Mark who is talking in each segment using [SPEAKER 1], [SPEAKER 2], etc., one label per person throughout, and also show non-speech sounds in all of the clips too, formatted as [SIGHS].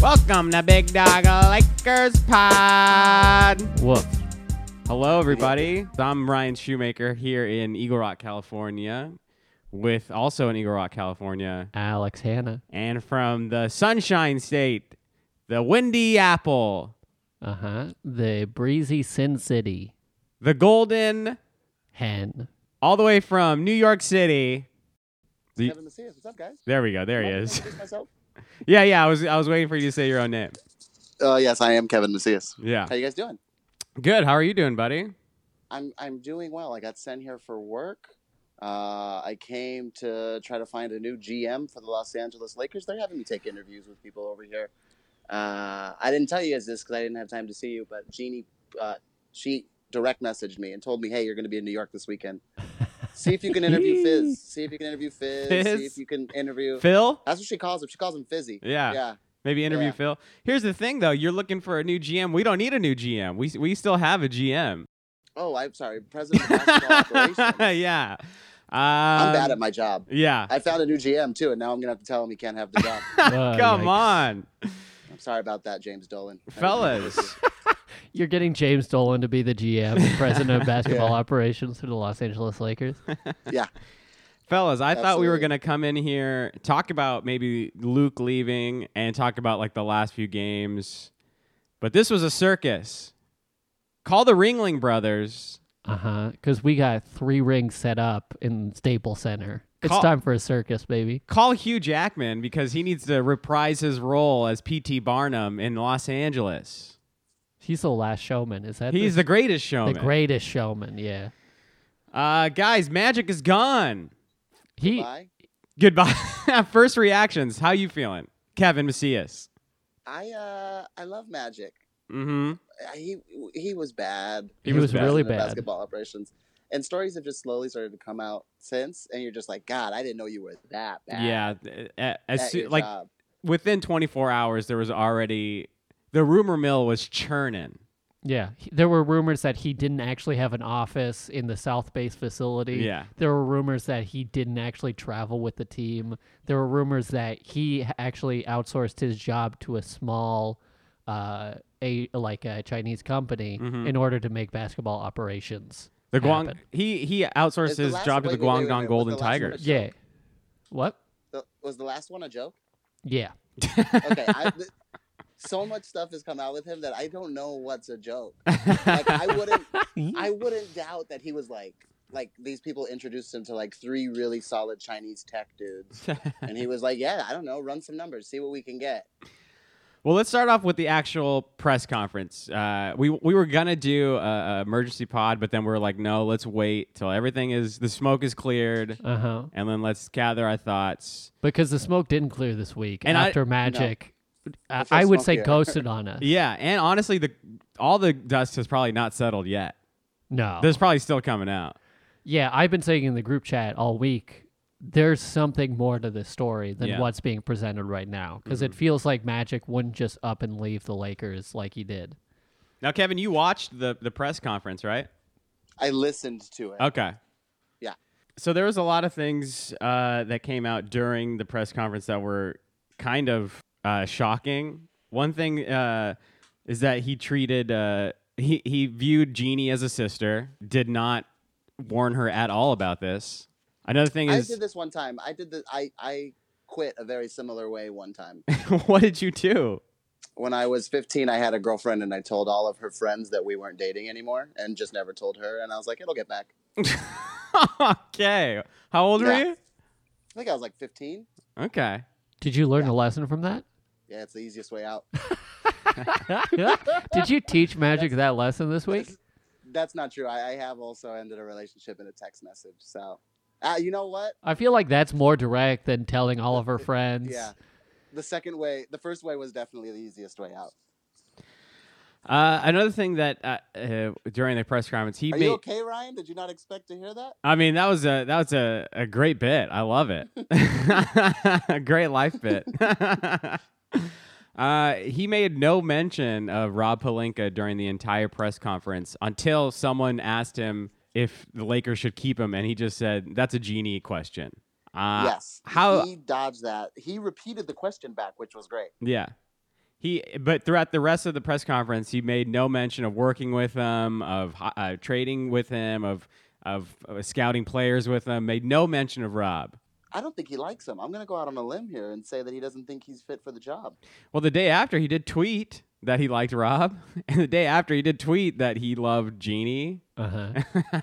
[SPEAKER 1] Welcome to Big Dog Lakers Pod.
[SPEAKER 2] Woof.
[SPEAKER 1] Hello, everybody. I'm Ryan Shoemaker here in Eagle Rock, California, with also in Eagle Rock, California,
[SPEAKER 2] Alex Hanna.
[SPEAKER 1] and from the Sunshine State, the Windy Apple,
[SPEAKER 2] Uh huh. The breezy Sin City
[SPEAKER 1] the Golden,
[SPEAKER 2] hen.
[SPEAKER 1] all the way from New York City. The-
[SPEAKER 3] Kevin Macias. What's up, guys?
[SPEAKER 1] there we go. There he
[SPEAKER 3] [LAUGHS]
[SPEAKER 1] is.
[SPEAKER 3] Introduce myself.
[SPEAKER 1] Yeah, yeah. I was I was waiting for you to say your own name.
[SPEAKER 3] Uh, yes, I am Kevin Macias.
[SPEAKER 1] Yeah.
[SPEAKER 3] How you guys doing?
[SPEAKER 1] Good. How are you doing, buddy?
[SPEAKER 3] I'm I'm doing well. I got sent here for work. Uh, I came to try to find a new GM for the Los Angeles Lakers. They're having me take interviews with people over here. Uh, I didn't tell you guys this because I didn't have time to see you, but Jeannie, uh, she direct messaged me and told me, "Hey, you're going to be in New York this
[SPEAKER 1] [LAUGHS]
[SPEAKER 3] weekend. See if you can interview Fizz. See if you can interview Fizz.
[SPEAKER 1] Fizz?
[SPEAKER 3] See if you can interview."
[SPEAKER 1] Phil?
[SPEAKER 3] That's what she calls him. She calls him Fizzy.
[SPEAKER 1] Yeah.
[SPEAKER 3] Yeah.
[SPEAKER 1] Maybe interview
[SPEAKER 3] Yeah.
[SPEAKER 1] Phil. Here's the thing, though. You're looking for a new GM. We don't need a new GM. We we still have a GM.
[SPEAKER 3] Oh, I'm sorry. President
[SPEAKER 1] [LAUGHS]
[SPEAKER 3] of Basketball Operations.
[SPEAKER 1] yeah. Um,
[SPEAKER 3] I'm bad at my job.
[SPEAKER 1] Yeah.
[SPEAKER 3] I found a new GM too, and now I'm gonna have to tell him he can't have
[SPEAKER 1] [LAUGHS]
[SPEAKER 3] the job.
[SPEAKER 2] Uh,
[SPEAKER 1] [LAUGHS] Come
[SPEAKER 2] yikes.
[SPEAKER 1] on,
[SPEAKER 3] I'm sorry about that, James Dolan. I [LAUGHS]
[SPEAKER 1] fellas.
[SPEAKER 2] You're getting James Dolan to be
[SPEAKER 1] [LAUGHS]
[SPEAKER 2] the GM, and president of basketball
[SPEAKER 3] Yeah.
[SPEAKER 2] operations for the Los Angeles Lakers.
[SPEAKER 1] Fellas, I thought we were
[SPEAKER 3] Absolutely.
[SPEAKER 1] going to come in here, talk about maybe Luke leaving and talk about like the last few games. But this was a circus. Call the Ringling Brothers.
[SPEAKER 2] Uh huh. Because we got three rings set up in Staples Center. It's
[SPEAKER 1] Call-
[SPEAKER 2] time for a circus, baby.
[SPEAKER 1] Call Hugh Jackman because he needs to reprise his role as P.T. Barnum in Los Angeles.
[SPEAKER 2] He's the last showman. Is that
[SPEAKER 1] He's the greatest
[SPEAKER 2] the
[SPEAKER 1] showman.
[SPEAKER 2] greatest showman? Yeah.
[SPEAKER 1] uh, guys, magic is gone.
[SPEAKER 2] He
[SPEAKER 3] Goodbye.
[SPEAKER 1] Goodbye. [LAUGHS] First reactions. How you feeling, Kevin Macias?
[SPEAKER 3] I uh, I love Magic.
[SPEAKER 1] Mm-hmm.
[SPEAKER 3] Uh, He he was bad.
[SPEAKER 2] He
[SPEAKER 1] was
[SPEAKER 2] was
[SPEAKER 1] bad.
[SPEAKER 2] really
[SPEAKER 3] President of
[SPEAKER 2] bad.
[SPEAKER 3] Basketball operations, and stories have just slowly started to come out since, and you're just like, God, I didn't know you were that bad.
[SPEAKER 1] Yeah. th- a- As
[SPEAKER 3] at
[SPEAKER 1] soo-
[SPEAKER 3] your
[SPEAKER 1] like
[SPEAKER 3] job.
[SPEAKER 1] within 24 hours, there was already the rumor mill was churning.
[SPEAKER 2] Yeah, he- there were rumors that he didn't actually have an office in the South Base facility.
[SPEAKER 1] Yeah.
[SPEAKER 2] There were rumors that he didn't actually travel with the team. There were rumors that he h- actually outsourced his job to a small uh a like a Chinese company
[SPEAKER 1] Mhm.
[SPEAKER 2] in order to make basketball operations.
[SPEAKER 1] The Guang
[SPEAKER 2] happen.
[SPEAKER 1] he he outsourced
[SPEAKER 3] Is the
[SPEAKER 1] his
[SPEAKER 3] last-
[SPEAKER 1] job to
[SPEAKER 3] wait,
[SPEAKER 1] the
[SPEAKER 3] wait, wait, wait,
[SPEAKER 1] Guangdong
[SPEAKER 3] wait,
[SPEAKER 1] Golden
[SPEAKER 3] what's the last one?
[SPEAKER 1] Tigers.
[SPEAKER 2] Yeah. What?
[SPEAKER 3] The- was the last one a joke?
[SPEAKER 2] Yeah.
[SPEAKER 1] [LAUGHS]
[SPEAKER 3] Okay. I, th- so much stuff has come out with him that I don't know what's a
[SPEAKER 1] [LAUGHS]
[SPEAKER 3] joke. Like I wouldn't I wouldn't doubt that he was like like these people introduced him to like three really solid Chinese tech dudes, and he was like, "Yeah, I don't know, run some numbers, see what we can get."
[SPEAKER 1] Well, let's start off with the actual press conference. Uh, we we were gonna do a, a emergency pod, but then we are like, no, let's wait till everything is the smoke is cleared,
[SPEAKER 2] Uh-huh.
[SPEAKER 1] and then let's gather our thoughts.
[SPEAKER 2] Because the smoke didn't clear this week
[SPEAKER 1] And I-
[SPEAKER 2] after Magic I,
[SPEAKER 3] Before
[SPEAKER 2] I would
[SPEAKER 3] smoke
[SPEAKER 2] say
[SPEAKER 3] cleared.
[SPEAKER 2] ghosted on us.
[SPEAKER 1] [LAUGHS] Yeah, and honestly, the all the dust has probably not settled yet.
[SPEAKER 2] No.
[SPEAKER 1] There's probably still coming out.
[SPEAKER 2] Yeah, I've been saying in the group chat all week, there's something more to this story than
[SPEAKER 1] Yeah.
[SPEAKER 2] what's being presented right now because
[SPEAKER 3] Mm-hmm.
[SPEAKER 2] it feels like Magic wouldn't just up and leave the Lakers like he did.
[SPEAKER 1] Now, Kevin, you watched the the press conference, right?
[SPEAKER 3] I listened to it.
[SPEAKER 1] Okay.
[SPEAKER 3] Yeah.
[SPEAKER 1] So there was a lot of things uh, that came out during the press conference that were kind of uh, shocking. One thing uh, is that he treated uh, he he viewed Jeannie as a sister, did not warn her at all about this. Another thing
[SPEAKER 3] I
[SPEAKER 1] is,
[SPEAKER 3] did this one time. I did this. I I quit a very similar way one time.
[SPEAKER 1] [LAUGHS] what did you do?
[SPEAKER 3] when I was 15, I had a girlfriend, and I told all of her friends that we weren't dating anymore, and just never told her. And I was like, "It'll get back."
[SPEAKER 1] [LAUGHS] okay. How old were
[SPEAKER 3] Yeah.
[SPEAKER 1] you?
[SPEAKER 3] I think I was like 15.
[SPEAKER 1] Okay. [LAUGHS]
[SPEAKER 2] Did you learn a lesson from
[SPEAKER 3] [LAUGHS]
[SPEAKER 2] that?
[SPEAKER 3] Yeah, it's the easiest way out.
[SPEAKER 1] Uh,
[SPEAKER 2] did you teach Magic that lesson this week?
[SPEAKER 3] That's not true. I, I have also ended a relationship in a text message. So, ah, you know what?
[SPEAKER 2] I feel like that's more direct than telling all of her friends.
[SPEAKER 3] Yeah. The second way, the first way was definitely the easiest way out.
[SPEAKER 1] Uh, another thing that uh, uh, during the press conference, he
[SPEAKER 3] Are
[SPEAKER 1] made.
[SPEAKER 3] you okay, Ryan? Did you not expect to hear that?
[SPEAKER 1] I mean, that was a that was a, a great bit. I love it. [LAUGHS] a great life bit. [LAUGHS] uh, he made no mention of Rob Palinka during the entire press conference until someone asked him if the Lakers should keep him, and he just said, "That's a genie question." Uh,
[SPEAKER 3] yes.
[SPEAKER 1] How?
[SPEAKER 3] he dodged that. He repeated the question back, which was great.
[SPEAKER 1] yeah. he but throughout the rest of the press conference he made no mention of working with him of uh, trading with him of of, of scouting players with him made no mention of rob
[SPEAKER 3] I don't think he likes him. I'm going to go out on a limb here and say that he doesn't think he's fit for the job.
[SPEAKER 1] well the day after he did tweet that he liked rob [LAUGHS] and the day after he did tweet that he loved jeannie [LAUGHS]
[SPEAKER 2] Uh
[SPEAKER 3] [LAUGHS]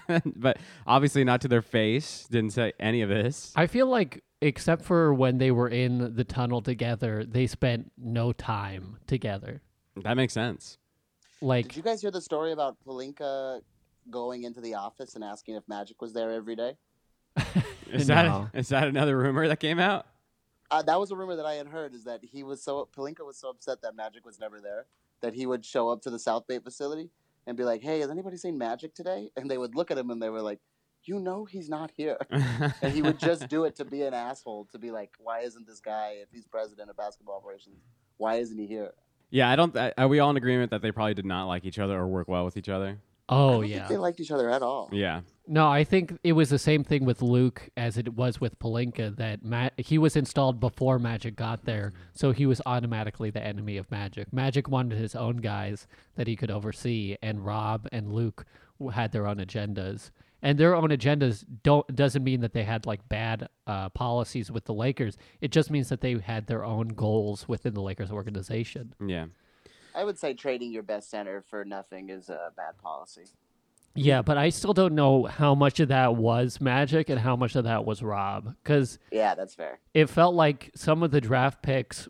[SPEAKER 2] huh.
[SPEAKER 1] but obviously not to their face didn't say any of this
[SPEAKER 2] I feel like, except for when they were in the tunnel together, they spent no time together.
[SPEAKER 1] that makes sense
[SPEAKER 2] Like,
[SPEAKER 3] Did you guys hear the story about Palinka going into the office and asking if Magic was there every day?
[SPEAKER 1] is
[SPEAKER 2] No.
[SPEAKER 1] that is that another rumor that came out
[SPEAKER 3] Uh, that was a rumor that I had heard is that he was so Palinka was so upset that Magic was never there that he would show up to the South Bay facility and be like, "Hey, has anybody seen Magic today?" And they would look at him and they were like, "You know he's not here." [LAUGHS] And he would just do it to be an asshole to be like, "Why isn't this guy if he's president of basketball operations? Why isn't he here?"
[SPEAKER 1] [LAUGHS] yeah i don't I- are we all in agreement that they probably did not like each other or work well with each other
[SPEAKER 3] I
[SPEAKER 2] oh
[SPEAKER 3] don't
[SPEAKER 2] yeah,
[SPEAKER 3] think they liked each other at all.
[SPEAKER 1] yeah
[SPEAKER 2] No, I think it was the same thing with Luke as it was with Palinka that Ma- he was installed before Magic got there, so he was automatically the enemy of Magic. Magic wanted his own guys that he could oversee, and Rob and Luke w- had their own agendas. And their own agendas don't doesn't mean that they had like bad uh, policies with the Lakers. It just means that they had their own goals within the Lakers organization.
[SPEAKER 1] yeah
[SPEAKER 3] I would say trading your best center for nothing is a bad policy.
[SPEAKER 2] Yeah, but I still don't know how much of that was Magic and how much of that was Rob because.
[SPEAKER 3] Yeah, that's fair.
[SPEAKER 2] it felt like some of the draft picks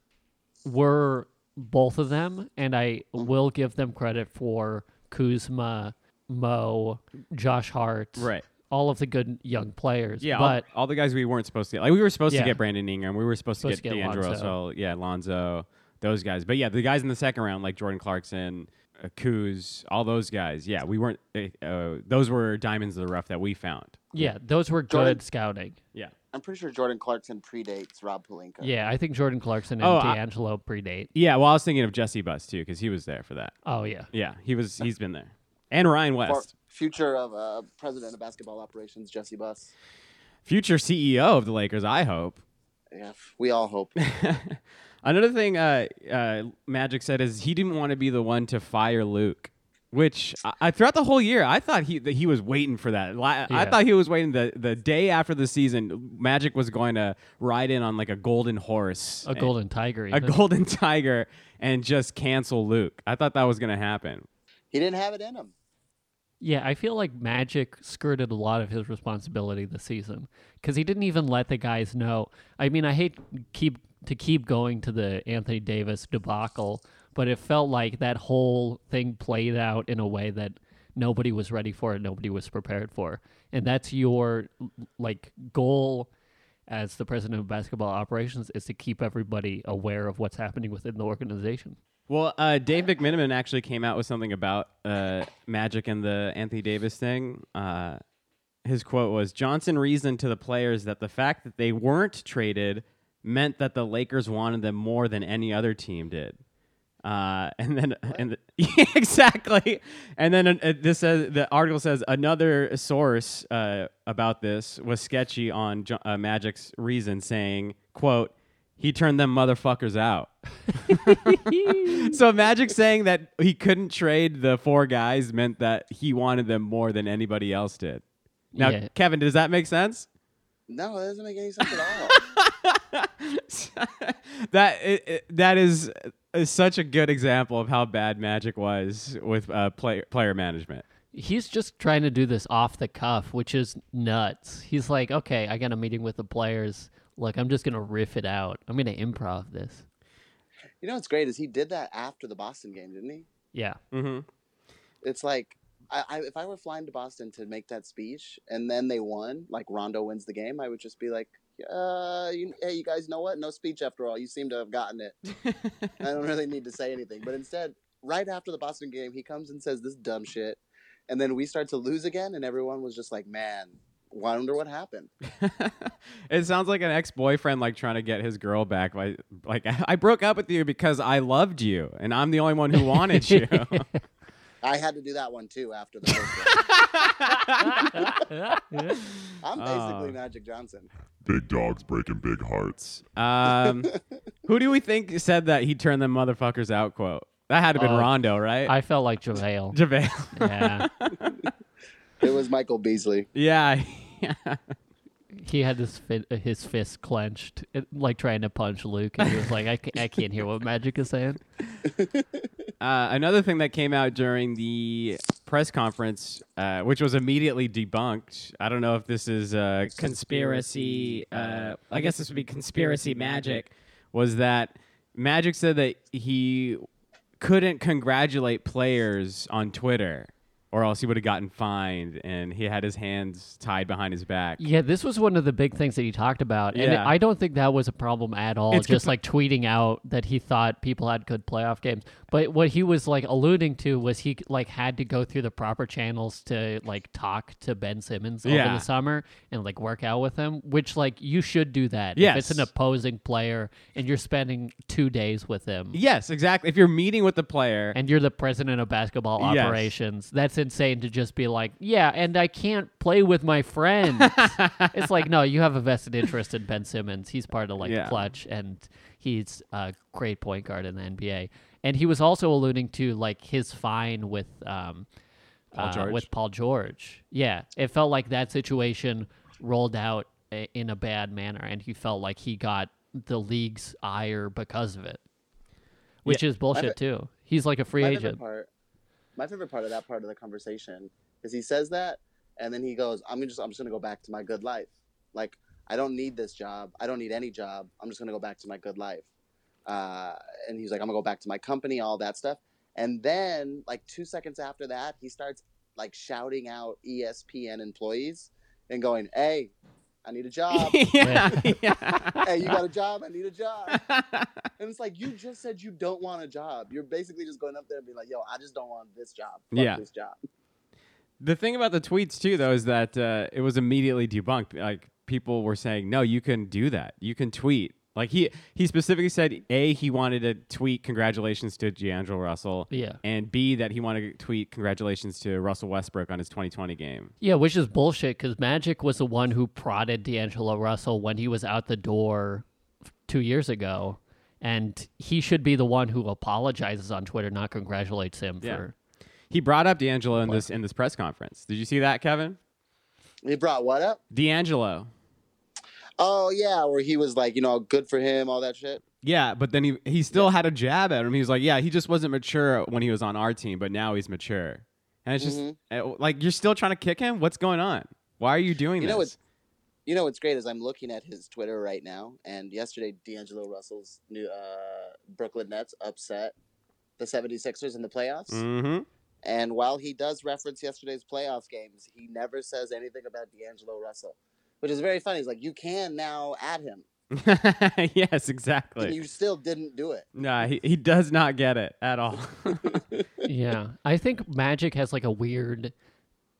[SPEAKER 2] were both of them, and I will give them credit for Kuzma, Mo, Josh Hart,
[SPEAKER 1] right
[SPEAKER 2] all of the good young players.
[SPEAKER 1] Yeah, all-
[SPEAKER 2] but
[SPEAKER 1] all, the guys we weren't supposed to get. Like we were supposed
[SPEAKER 2] Yeah.
[SPEAKER 1] to get Brandon Ingram, we were supposed,
[SPEAKER 2] Supposed
[SPEAKER 1] to get,
[SPEAKER 2] to get
[SPEAKER 1] D'Angelo
[SPEAKER 2] Lonzo.
[SPEAKER 1] Russell, yeah, Lonzo, those guys. But yeah, the guys in the second round, like Jordan Clarkson, uh, Kuz, all those guys. Yeah, we weren't. uh, Uh, those were diamonds in the rough that we found.
[SPEAKER 2] yeah, those were
[SPEAKER 3] Jordan-
[SPEAKER 2] good scouting.
[SPEAKER 1] Yeah.
[SPEAKER 3] I'm pretty sure Jordan Clarkson predates Rob Palinka.
[SPEAKER 2] Yeah, I think Jordan Clarkson and
[SPEAKER 1] Oh, I-
[SPEAKER 2] D'Angelo predate.
[SPEAKER 1] Yeah. Well, I was thinking of Jesse Buss too because he was there for that.
[SPEAKER 2] Oh yeah,
[SPEAKER 1] Yeah, he was. He's been there. And Ryan
[SPEAKER 3] Or
[SPEAKER 1] West,
[SPEAKER 3] future of uh, president of basketball operations, Jesse Buss.
[SPEAKER 1] future CEO of the Lakers, I hope.
[SPEAKER 3] Yeah, we all hope.
[SPEAKER 1] [LAUGHS] Another thing uh, uh, Magic said is he didn't want to be the one to fire Luke, which I, I throughout the whole year I thought he that he was waiting for that. Li- I
[SPEAKER 2] Yeah.
[SPEAKER 1] thought he was waiting the the day after the season. Magic was going to ride in on like a golden horse,
[SPEAKER 2] a golden tiger.
[SPEAKER 1] a
[SPEAKER 2] even.
[SPEAKER 1] golden [LAUGHS] tiger, and just cancel Luke. I thought that was going to happen.
[SPEAKER 3] He didn't have it in him.
[SPEAKER 2] Yeah, I feel like Magic skirted a lot of his responsibility this season because he didn't even let the guys know. I mean, I hate keep to keep going to the Anthony Davis debacle, but it felt like that whole thing played out in a way that nobody was ready for and nobody was prepared for, and that's your like goal as the president of basketball operations is to keep everybody aware of what's happening within the organization.
[SPEAKER 1] Well, uh, Dave McMiniman actually came out with something about uh, Magic and the Anthony Davis thing. Uh, his quote was Johnson reasoned to the players that the fact that they weren't traded meant that the Lakers wanted them more than any other team did. Uh, and then, and [LAUGHS] the, exactly. And then uh, this says the article says another source uh, about this was sketchy on Jo- uh, Magic's reason, saying, "quote He turned them motherfuckers out." [LAUGHS] So Magic saying that he couldn't trade the four guys meant that he wanted them more than anybody else did. Now,
[SPEAKER 2] Yeah.
[SPEAKER 1] Kevin, does that make sense? [LAUGHS]
[SPEAKER 3] No, that doesn't make any sense at all.
[SPEAKER 1] that it, it- that is, is such a good example of how bad Magic was with uh, player player management.
[SPEAKER 2] he's just trying to do this off the cuff, which is nuts. He's like, okay, I got a meeting with the players. Look, I'm just gonna riff it out. I'm gonna improv this.
[SPEAKER 3] you know what's great is he did that after the Boston game, didn't he?
[SPEAKER 2] Yeah,
[SPEAKER 1] Mm-hmm.
[SPEAKER 3] It's like I, I, if I were flying to Boston to make that speech and then they won, like Rondo wins the game, I would just be like, uh, you, hey, you guys know what? No speech after all. You seem to have gotten it. I don't really need to say anything. But instead, right after the Boston game, he comes and says this dumb shit. And then we start to lose again. And everyone was just like, man, wonder what happened.
[SPEAKER 1] [LAUGHS] it sounds like an ex boyfriend like trying to get his girl back by like [LAUGHS] I broke up with you because I loved you and I'm the only one who wanted you.
[SPEAKER 3] I had to do that one too after the first game. I'm basically
[SPEAKER 1] Oh.
[SPEAKER 3] Magic Johnson.
[SPEAKER 4] Big dogs breaking big hearts.
[SPEAKER 1] Um, Who do we think said that he turned them motherfuckers out? Quote. That had to have been
[SPEAKER 2] Uh,
[SPEAKER 1] Rondo, right?
[SPEAKER 2] I felt like
[SPEAKER 1] [LAUGHS]
[SPEAKER 2] JaVale.
[SPEAKER 1] JaVale.
[SPEAKER 2] yeah.
[SPEAKER 3] It was Michael Beasley.
[SPEAKER 1] yeah.
[SPEAKER 2] He had his, fi- uh, his fist clenched, it, like trying to punch Luke. And he was like, I, ca- I can't hear what Magic is saying.
[SPEAKER 1] Uh, another thing that came out during the press conference, uh, which was immediately debunked. I don't know if this is uh,
[SPEAKER 4] conspiracy. Uh, I guess this would be conspiracy magic.
[SPEAKER 1] was that Magic said that he couldn't congratulate players on Twitter, or else he would have gotten fined, and he had his hands tied behind his back.
[SPEAKER 2] Yeah, this was one of the big things that he talked about. And
[SPEAKER 1] Yeah.
[SPEAKER 2] I don't think that was a problem at all,
[SPEAKER 1] It's
[SPEAKER 2] just like tweeting out that he thought people had good playoff games. But what he was like alluding to was he like had to go through the proper channels to like talk to Ben Simmons over
[SPEAKER 1] Yeah.
[SPEAKER 2] the summer and like work out with him, which like you should do that. If
[SPEAKER 1] Yes.
[SPEAKER 2] it's an opposing player and you're spending two days with him.
[SPEAKER 1] Yes, exactly. If you're meeting with the player, [LAUGHS]
[SPEAKER 2] And you're the president of basketball
[SPEAKER 1] Yes.
[SPEAKER 2] operations. That's insane to just be like, yeah, and I can't play with
[SPEAKER 1] [LAUGHS]
[SPEAKER 2] my friends. it's like, no, you have a vested interest in Ben Simmons. He's part of like
[SPEAKER 1] Yeah.
[SPEAKER 2] clutch, and he's a great point guard in the NBA. And he was also alluding to like his fine with um,
[SPEAKER 1] Paul
[SPEAKER 2] uh,
[SPEAKER 1] George?
[SPEAKER 2] with Paul George. Yeah, it felt like that situation rolled out i- in a bad manner, and he felt like he got the league's ire because of it, which is bullshit too. He's like a free
[SPEAKER 3] my favorite
[SPEAKER 2] agent.
[SPEAKER 3] part my favorite part of that part of the conversation is he says that and then he goes i'm just i'm just gonna go back to my good life like i don't need this job i don't need any job i'm just gonna go back to my good life uh, and he's like i'm gonna go back to my company all that stuff and then like two seconds after that he starts like shouting out E espn employees and going hey i need
[SPEAKER 2] [LAUGHS]
[SPEAKER 3] a job
[SPEAKER 1] yeah, yeah.
[SPEAKER 3] [LAUGHS] hey you got a job i need a job and it's like you just said you don't want a job. You're basically just going up there and being like, "Yo, I just don't want this job. Fuck
[SPEAKER 1] Yeah.
[SPEAKER 3] this job."
[SPEAKER 1] [LAUGHS] The thing about the tweets too, though, is that uh, it was immediately debunked. Like people were saying, "No, you can do that. You can tweet." Like he he specifically said, a he wanted to tweet congratulations to D'Angelo Russell,
[SPEAKER 2] Yeah.
[SPEAKER 1] and b that he wanted to tweet congratulations to Russell Westbrook on his 2020 game.
[SPEAKER 2] Yeah, which is bullshit because Magic was the one who prodded D'Angelo Russell when he was out the door f- two years ago. And he should be the one who apologizes on Twitter, not congratulates him
[SPEAKER 1] Yeah.
[SPEAKER 2] for.
[SPEAKER 1] He brought up D'Angelo in this in this press conference. Did you see that, Kevin?
[SPEAKER 3] He brought what up?
[SPEAKER 1] D'Angelo.
[SPEAKER 3] Oh yeah, where he was like, you know, good for him, all that shit.
[SPEAKER 1] Yeah, but then he he still had a jab at him. He was like, "Yeah, he just wasn't mature when he was on our team, but now he's mature." And it's just
[SPEAKER 3] Mhm.
[SPEAKER 1] uh, like you're still trying to kick him. What's going on? Why are you doing
[SPEAKER 3] You
[SPEAKER 1] this?
[SPEAKER 3] know what's you know what's great is I'm looking at his Twitter right now, and yesterday D'Angelo Russell's new uh, Brooklyn Nets upset the 76ers in the playoffs.
[SPEAKER 1] Mm-hmm. [LAUGHS]
[SPEAKER 3] And while he does reference yesterday's playoff games, he never says anything about D'Angelo Russell, which is very funny. He's like, you can now at him,
[SPEAKER 1] yes,
[SPEAKER 3] and
[SPEAKER 1] exactly.
[SPEAKER 3] you still didn't do it.
[SPEAKER 1] Nah, he, he does not get it at
[SPEAKER 3] [LAUGHS]
[SPEAKER 1] all. [LAUGHS]
[SPEAKER 2] Yeah. I think Magic has like a weird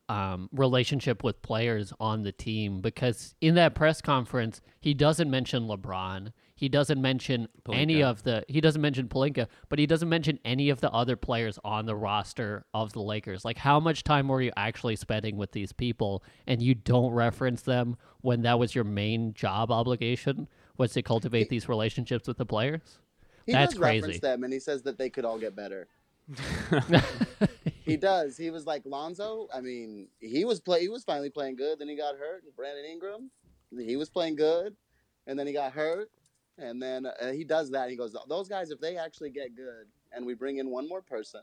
[SPEAKER 2] um, relationship with players on the team because in that press conference, he doesn't mention LeBron. He doesn't mention any
[SPEAKER 1] Pelinka.
[SPEAKER 2] of the. He doesn't mention Palinka, but he doesn't mention any of the other players on the roster of the Lakers. Like, how much time were you actually spending with these people, and you don't reference them when that was your main job obligation? Was to cultivate these relationships with the players.
[SPEAKER 3] He
[SPEAKER 2] That's
[SPEAKER 3] does
[SPEAKER 2] crazy.
[SPEAKER 3] reference them, and he says that they could all get better. he does. He was like Lonzo. I mean, he was play. He was finally playing good. Then he got hurt. Brandon Ingram, he was playing good, and then he got hurt. And then uh, he does that. He goes, "Those guys, if they actually get good, and we bring in one more person,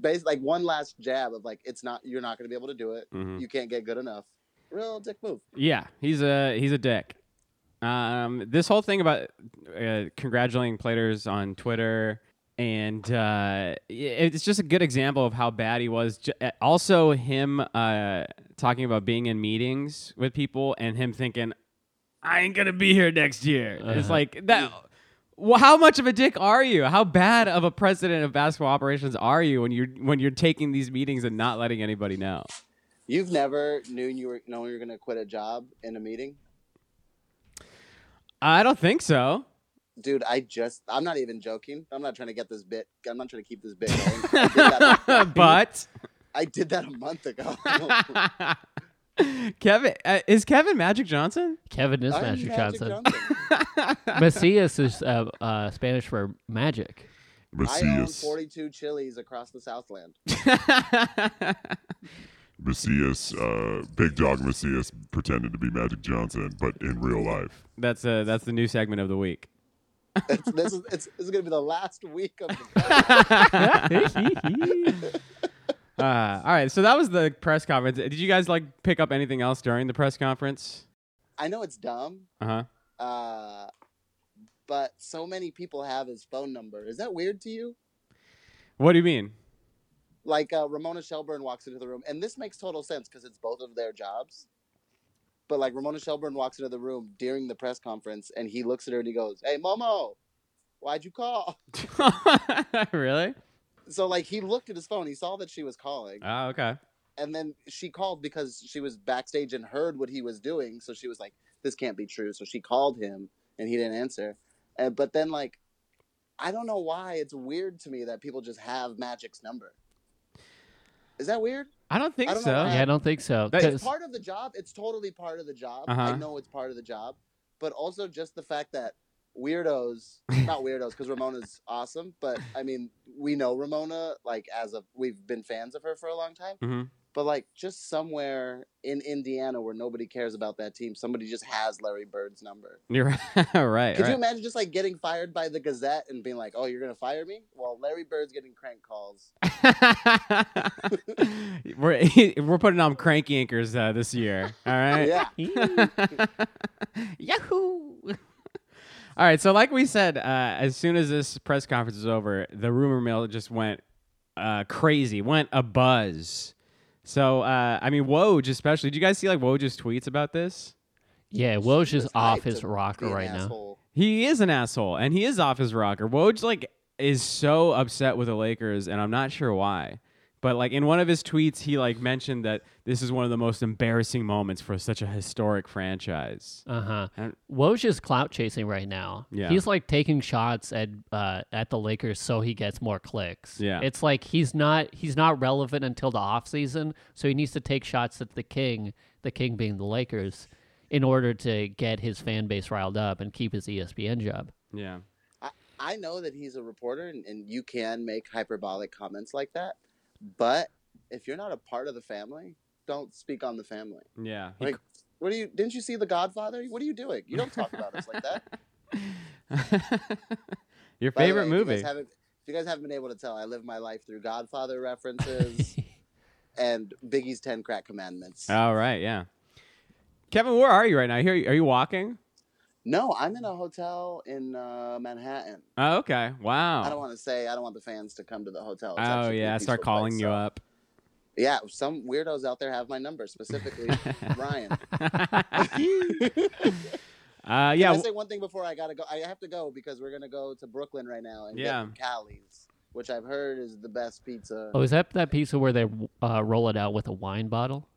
[SPEAKER 3] based like one last jab of like, it's not. You're not going to be able to do it.
[SPEAKER 1] Mhm.
[SPEAKER 2] Hmm.
[SPEAKER 3] You can't get good enough. Real dick move.
[SPEAKER 1] Yeah, he's a he's a dick. Um, this whole thing about uh, congratulating players on Twitter and uh, it's just a good example of how bad he was. J- Also, him uh, talking about being in meetings with people and him thinking, "I ain't gonna be here next year." It's
[SPEAKER 2] Uh-huh.
[SPEAKER 1] like that. Well, how much of a dick are you? How bad of a president of basketball operations are you when you're when you're taking these meetings and not letting anybody know?
[SPEAKER 3] You've never knew you were known you were going to quit a job in a meeting."
[SPEAKER 1] I don't think so.
[SPEAKER 3] Dude, I just, I'm not even joking. I'm not trying to get this bit, I'm not trying to keep this bit going. I did that-
[SPEAKER 1] [LAUGHS] but
[SPEAKER 3] I did that a month ago.
[SPEAKER 1] Kevin uh, is Kevin Magic Johnson?
[SPEAKER 2] Kevin is
[SPEAKER 3] I'm
[SPEAKER 2] Magic Johnson.
[SPEAKER 3] Johnson.
[SPEAKER 2] Macias is uh, uh, Spanish for
[SPEAKER 1] [LAUGHS]
[SPEAKER 2] magic.
[SPEAKER 3] I own
[SPEAKER 5] Macias.
[SPEAKER 3] 42 chilies across the Southland.
[SPEAKER 5] Macias, uh, Big Dog Macias pretended to be Magic Johnson, but in real life.
[SPEAKER 1] [LAUGHS] that's uh, that's the new segment of the week.
[SPEAKER 3] It's, this is it's, this is going to be the last week of the
[SPEAKER 1] Uh, all right, so that was the press conference. Did you guys like pick up anything else during the press conference?
[SPEAKER 3] I know it's dumb,
[SPEAKER 1] Uh huh.
[SPEAKER 3] uh, but so many people have his phone number. Is that weird to you?
[SPEAKER 1] What do you mean?
[SPEAKER 3] Like uh, Ramona Shelburne walks into the room, and this makes total sense because it's both of their jobs. But like Ramona Shelburne walks into the room during the press conference, and he looks at her and he goes, "Hey, Momo, why'd you call?"
[SPEAKER 1] [LAUGHS]
[SPEAKER 3] [LAUGHS]
[SPEAKER 1] really?
[SPEAKER 3] So like he looked at his phone, he saw that she was calling,
[SPEAKER 1] Oh, okay.
[SPEAKER 3] and then she called because she was backstage and heard what he was doing so she was like this can't be true so she called him and he didn't answer and, but then like i don't know why it's weird to me that people just have magic's number is that weird
[SPEAKER 1] I don't think
[SPEAKER 3] I don't know
[SPEAKER 1] so.
[SPEAKER 3] why.
[SPEAKER 2] Yeah, I don't think so.
[SPEAKER 1] That-
[SPEAKER 2] 'cause-
[SPEAKER 3] it's part of the job it's totally part of the job i
[SPEAKER 1] Uh-huh.
[SPEAKER 3] know it's part of the job but also just the fact that weirdos not weirdos because ramona's awesome but i mean we know ramona like as a we've been fans of her for a long time
[SPEAKER 1] Mhm.
[SPEAKER 3] but like just somewhere in indiana where nobody cares about that team somebody just has larry bird's number
[SPEAKER 1] You're [LAUGHS] right. right.
[SPEAKER 3] could you imagine just like getting fired by the gazette and being like oh you're gonna fire me well larry bird's getting crank calls
[SPEAKER 1] we're [LAUGHS] we're putting on cranky anchors uh, this year. All right.
[SPEAKER 3] yeah
[SPEAKER 1] [LAUGHS] Yahoo! All right, so like we said, uh, as soon as this press conference is over, the rumor mill just went uh, crazy, went a buzz. So uh, I mean, Woj especially. Do you guys see like Woj's tweets about this?
[SPEAKER 2] yeah, Woj is
[SPEAKER 3] It's
[SPEAKER 2] off
[SPEAKER 3] hyped
[SPEAKER 2] his
[SPEAKER 3] to
[SPEAKER 2] rocker
[SPEAKER 3] be an
[SPEAKER 2] right now.
[SPEAKER 3] asshole.
[SPEAKER 1] He is an asshole, and he is off his rocker. Woj like is so upset with the Lakers, and I'm not sure why. But like in one of his tweets, he like mentioned that this is one of the most embarrassing moments for such a historic franchise.
[SPEAKER 2] Uh huh.
[SPEAKER 1] And-
[SPEAKER 2] Woj is clout chasing right now.
[SPEAKER 1] Yeah.
[SPEAKER 2] He's like taking shots at uh, at the Lakers so he gets more clicks.
[SPEAKER 1] Yeah.
[SPEAKER 2] It's like he's not he's not relevant until the offseason, so he needs to take shots at the king, the king being the Lakers, in order to get his fan base riled up and keep his E ESPN job. [LAUGHS]
[SPEAKER 1] Yeah.
[SPEAKER 3] I, I know that he's a reporter and, and you can make hyperbolic comments like that, but if you're not a part of the family, don't speak on the family.
[SPEAKER 1] Yeah.
[SPEAKER 3] Like, what do you? Didn't you see The Godfather? What are you doing? You don't talk about us
[SPEAKER 1] [LAUGHS]
[SPEAKER 3] like that.
[SPEAKER 1] Your
[SPEAKER 3] By the
[SPEAKER 1] favorite
[SPEAKER 3] way, If
[SPEAKER 1] movie.
[SPEAKER 3] you, guys haven't, if you guys haven't been able to tell, I live my life through
[SPEAKER 1] [LAUGHS]
[SPEAKER 3] Godfather references and Biggie's Ten Crack Commandments.
[SPEAKER 1] All right, yeah. Kevin, where are you right now? Here, are you walking?
[SPEAKER 3] no, I'm in a hotel in uh, Manhattan.
[SPEAKER 1] Oh, okay. Wow.
[SPEAKER 3] I don't want to say. I don't want the fans to come to the hotel. It's
[SPEAKER 1] oh
[SPEAKER 3] actually a
[SPEAKER 1] yeah,
[SPEAKER 3] peaceful
[SPEAKER 1] start
[SPEAKER 3] place,
[SPEAKER 1] calling you
[SPEAKER 3] so-
[SPEAKER 1] up.
[SPEAKER 3] [LAUGHS]
[SPEAKER 1] [LAUGHS]
[SPEAKER 3] Yeah, some weirdos out there have my number, specifically
[SPEAKER 1] [LAUGHS]
[SPEAKER 3] Ryan.
[SPEAKER 1] Uh,
[SPEAKER 3] Can
[SPEAKER 1] yeah.
[SPEAKER 3] I say one thing before I gotta go? I have to go because we're gonna go to Brooklyn right now and
[SPEAKER 1] Yeah.
[SPEAKER 3] get Cali's, which I've heard is the best pizza.
[SPEAKER 2] Oh, is that that piece of where they uh, roll it out with a wine bottle?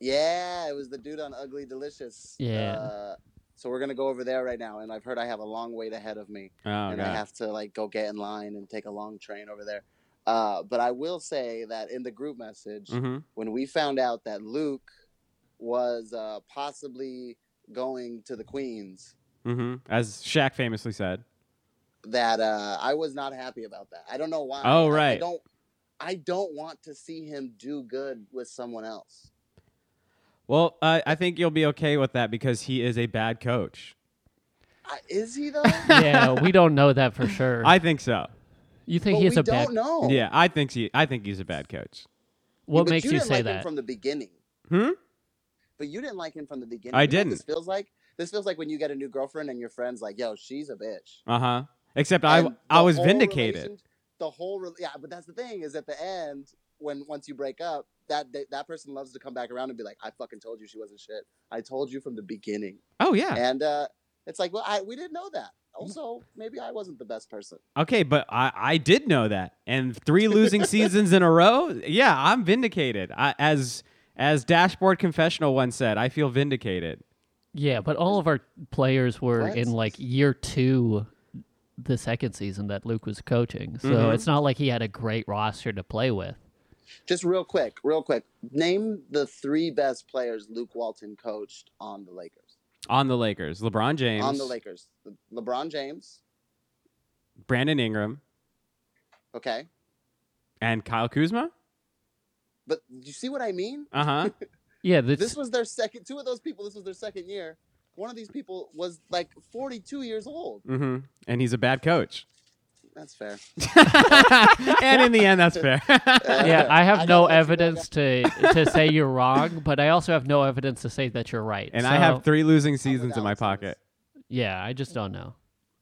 [SPEAKER 3] Yeah, it was the dude on Ugly Delicious.
[SPEAKER 2] Yeah.
[SPEAKER 3] Uh, so we're gonna go over there right now, and I've heard I have a long wait ahead of me,
[SPEAKER 1] oh
[SPEAKER 3] and I
[SPEAKER 1] god.
[SPEAKER 3] have to like go get in line and take a long train over there. Uh, but I will say that in the group message,
[SPEAKER 1] hmm
[SPEAKER 3] when we found out that Luke was uh, possibly going to the Queens,
[SPEAKER 1] hmm As Shaq famously said.
[SPEAKER 3] that uh, I was not happy about that. I don't know why.
[SPEAKER 1] Oh,
[SPEAKER 3] I- I,
[SPEAKER 1] right.
[SPEAKER 3] don't. I don't want to see him do good with someone else.
[SPEAKER 1] Well, uh, I think you'll be okay with that because he is a bad coach.
[SPEAKER 3] I, is
[SPEAKER 1] [LAUGHS]
[SPEAKER 3] he though? [LAUGHS]
[SPEAKER 2] yeah, we don't know that for sure.
[SPEAKER 1] I think so.
[SPEAKER 2] you
[SPEAKER 3] but
[SPEAKER 2] think
[SPEAKER 3] we
[SPEAKER 2] he's a
[SPEAKER 3] don't
[SPEAKER 2] bad?
[SPEAKER 3] know.
[SPEAKER 1] Yeah, I think he. I think he's a bad coach.
[SPEAKER 2] What
[SPEAKER 3] But
[SPEAKER 2] makes you,
[SPEAKER 3] didn't
[SPEAKER 2] say
[SPEAKER 3] like him
[SPEAKER 2] that?
[SPEAKER 3] from the beginning?
[SPEAKER 1] Hmm?
[SPEAKER 3] But you didn't like him from the beginning.
[SPEAKER 1] I
[SPEAKER 3] You know what This
[SPEAKER 1] didn't.
[SPEAKER 3] feels like this feels like when you get a new girlfriend and your friends like, "Yo, she's a bitch."
[SPEAKER 1] Uh huh. Except I.
[SPEAKER 3] And
[SPEAKER 1] I
[SPEAKER 3] the
[SPEAKER 1] was
[SPEAKER 3] whole
[SPEAKER 1] vindicated.
[SPEAKER 3] relation- The whole re- yeah, but that's the thing is at the end when once you break up, that that- that person loves to come back around and be like, "I fucking told you she wasn't shit. I told you from the beginning."
[SPEAKER 1] Oh yeah.
[SPEAKER 3] And uh, it's like, well, I, we didn't know that. Also, maybe I wasn't the best person.
[SPEAKER 1] Okay, but I, I did know that. And three losing seasons in a row? Yeah, I'm vindicated. I, as as Dashboard Confessional once said, I feel vindicated.
[SPEAKER 2] Yeah, but all of our players were
[SPEAKER 3] What?
[SPEAKER 2] in like year two, the second season that Luke was coaching. So
[SPEAKER 1] Mhm.
[SPEAKER 2] it's not like he had a great roster to play with.
[SPEAKER 3] Just real quick, real quick. Name the three best players Luke Walton coached on the Lakers.
[SPEAKER 1] on the Lakers. LeBron James,
[SPEAKER 3] on the Lakers. Le- LeBron James.
[SPEAKER 1] Brandon Ingram,
[SPEAKER 3] Okay.
[SPEAKER 1] and Kyle Kuzma.
[SPEAKER 3] But you see what I mean?
[SPEAKER 1] Uh
[SPEAKER 3] [LAUGHS]
[SPEAKER 1] huh.
[SPEAKER 2] Yeah, this,
[SPEAKER 3] This was their second, two of those people, this was their second year. One of these people was like 42 years old.
[SPEAKER 1] hmm And he's a bad coach. [LAUGHS]
[SPEAKER 3] That's fair.
[SPEAKER 1] and in the end, that's fair. [LAUGHS]
[SPEAKER 3] [LAUGHS]
[SPEAKER 2] yeah, I have
[SPEAKER 3] I
[SPEAKER 2] no
[SPEAKER 3] don't let you know
[SPEAKER 2] evidence to to say you're wrong, but I also have no evidence to say that you're right.
[SPEAKER 1] and
[SPEAKER 2] so,
[SPEAKER 1] I have three losing seasons in my
[SPEAKER 3] Alex on this.
[SPEAKER 1] pocket.
[SPEAKER 2] yeah, I just don't know.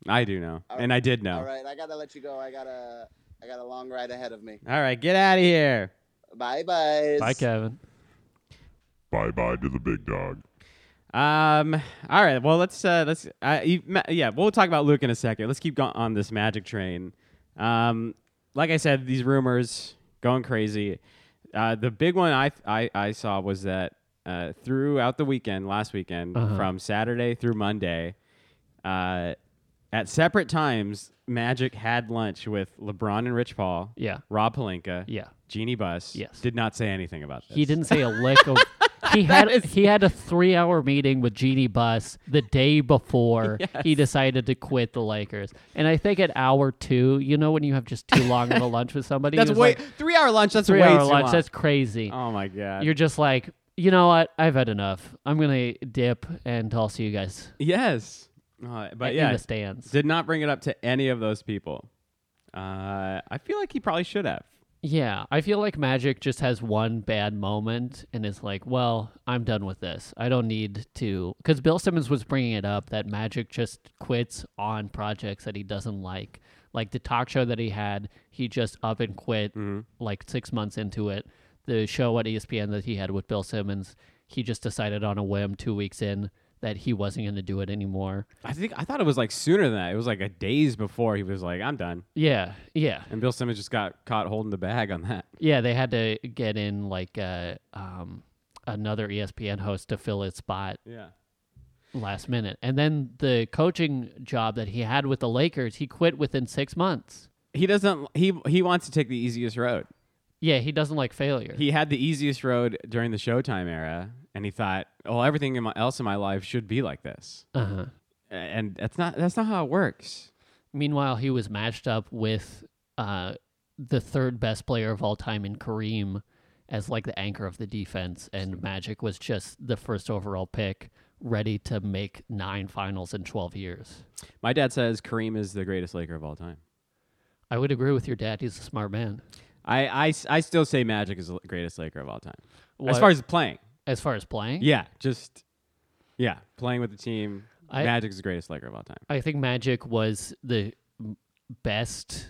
[SPEAKER 1] I do know,
[SPEAKER 3] All
[SPEAKER 1] and I did know.
[SPEAKER 3] All right, I gotta let you go. I got a, I got a long ride ahead of me.
[SPEAKER 1] All right, get out of here.
[SPEAKER 3] Bye bye.
[SPEAKER 2] Bye, Kevin.
[SPEAKER 5] Bye bye to the big dog.
[SPEAKER 1] Um. All right. Well, let's uh, let's uh, you- ma- yeah. We'll talk about Luke in a second. Let's keep going on this magic train. Um. Like I said, these rumors going crazy. Uh, the big one I I, I saw was that uh, throughout the weekend, last weekend,
[SPEAKER 2] Uh-huh.
[SPEAKER 1] from Saturday through Monday, uh, at separate times, Magic had lunch with LeBron and Rich Paul,
[SPEAKER 2] Yeah,
[SPEAKER 1] Rob Palenka,
[SPEAKER 2] yeah.
[SPEAKER 1] Jeannie Buss.
[SPEAKER 2] Yes.
[SPEAKER 1] Did not say anything about this.
[SPEAKER 2] He didn't say a
[SPEAKER 1] [LAUGHS]
[SPEAKER 2] lick of. He had
[SPEAKER 1] is-
[SPEAKER 2] he had a three hour meeting with Jeannie Buss the
[SPEAKER 1] [LAUGHS]
[SPEAKER 2] day before he decided to quit the Lakers, and I think at hour two, you know, when you have just too long of a lunch with somebody, he
[SPEAKER 1] That's
[SPEAKER 2] was
[SPEAKER 1] way
[SPEAKER 2] like,
[SPEAKER 1] three hour lunch. That's
[SPEAKER 2] three
[SPEAKER 1] way
[SPEAKER 2] hour
[SPEAKER 1] too
[SPEAKER 2] lunch.
[SPEAKER 1] long.
[SPEAKER 2] That's [LAUGHS] crazy.
[SPEAKER 1] oh my god.
[SPEAKER 2] You're just like, you know what? I've had enough. I'm gonna dip, and I'll see you guys
[SPEAKER 1] Yes. Uh, but
[SPEAKER 2] in
[SPEAKER 1] yeah,
[SPEAKER 2] the stands.
[SPEAKER 1] did not bring it up to any of those people. Uh, I feel like he probably should have.
[SPEAKER 2] Yeah, I feel like Magic just has one bad moment and is like, well, I'm done with this. I don't need to. Because Bill Simmons was bringing it up that Magic just quits on projects that he doesn't like. Like the talk show that he had, he just up and quit like six months into it. The show at E ESPN that he had with Bill Simmons, he just decided on a whim two weeks in that he wasn't going to do it anymore.
[SPEAKER 1] I think I thought it was like sooner than that. It was like a days before he was like, "I'm done."
[SPEAKER 2] Yeah, yeah.
[SPEAKER 1] And Bill Simmons just got caught holding the bag on that.
[SPEAKER 2] Yeah, they had to get in like uh, um, another ESPN host to fill his spot
[SPEAKER 1] Yeah.
[SPEAKER 2] last minute. And then the coaching job that he had with the Lakers, he quit within six months.
[SPEAKER 1] He doesn't. He he wants to take the easiest road.
[SPEAKER 2] Yeah, he doesn't like failure.
[SPEAKER 1] He had the easiest road during the Showtime era, and he thought, "Oh, everything in my, else in my life should be like this."
[SPEAKER 2] uh-huh.
[SPEAKER 1] A- And that's not that's not how it works.
[SPEAKER 2] Meanwhile, he was matched up with uh, the third best player of all time in Kareem as like the anchor of the defense, and Magic was just the first overall pick, ready to make nine finals in 12 years.
[SPEAKER 1] My dad says Kareem is the greatest Laker of all time.
[SPEAKER 2] I would agree with your dad. He's a smart man.
[SPEAKER 1] I, I, I still say Magic is the greatest Laker of all time. As
[SPEAKER 2] What-
[SPEAKER 1] far as playing.
[SPEAKER 2] As far as playing,
[SPEAKER 1] Yeah, just yeah, playing with the team.
[SPEAKER 2] I-
[SPEAKER 1] Magic's the greatest Laker of all time.
[SPEAKER 2] I think Magic was the m- best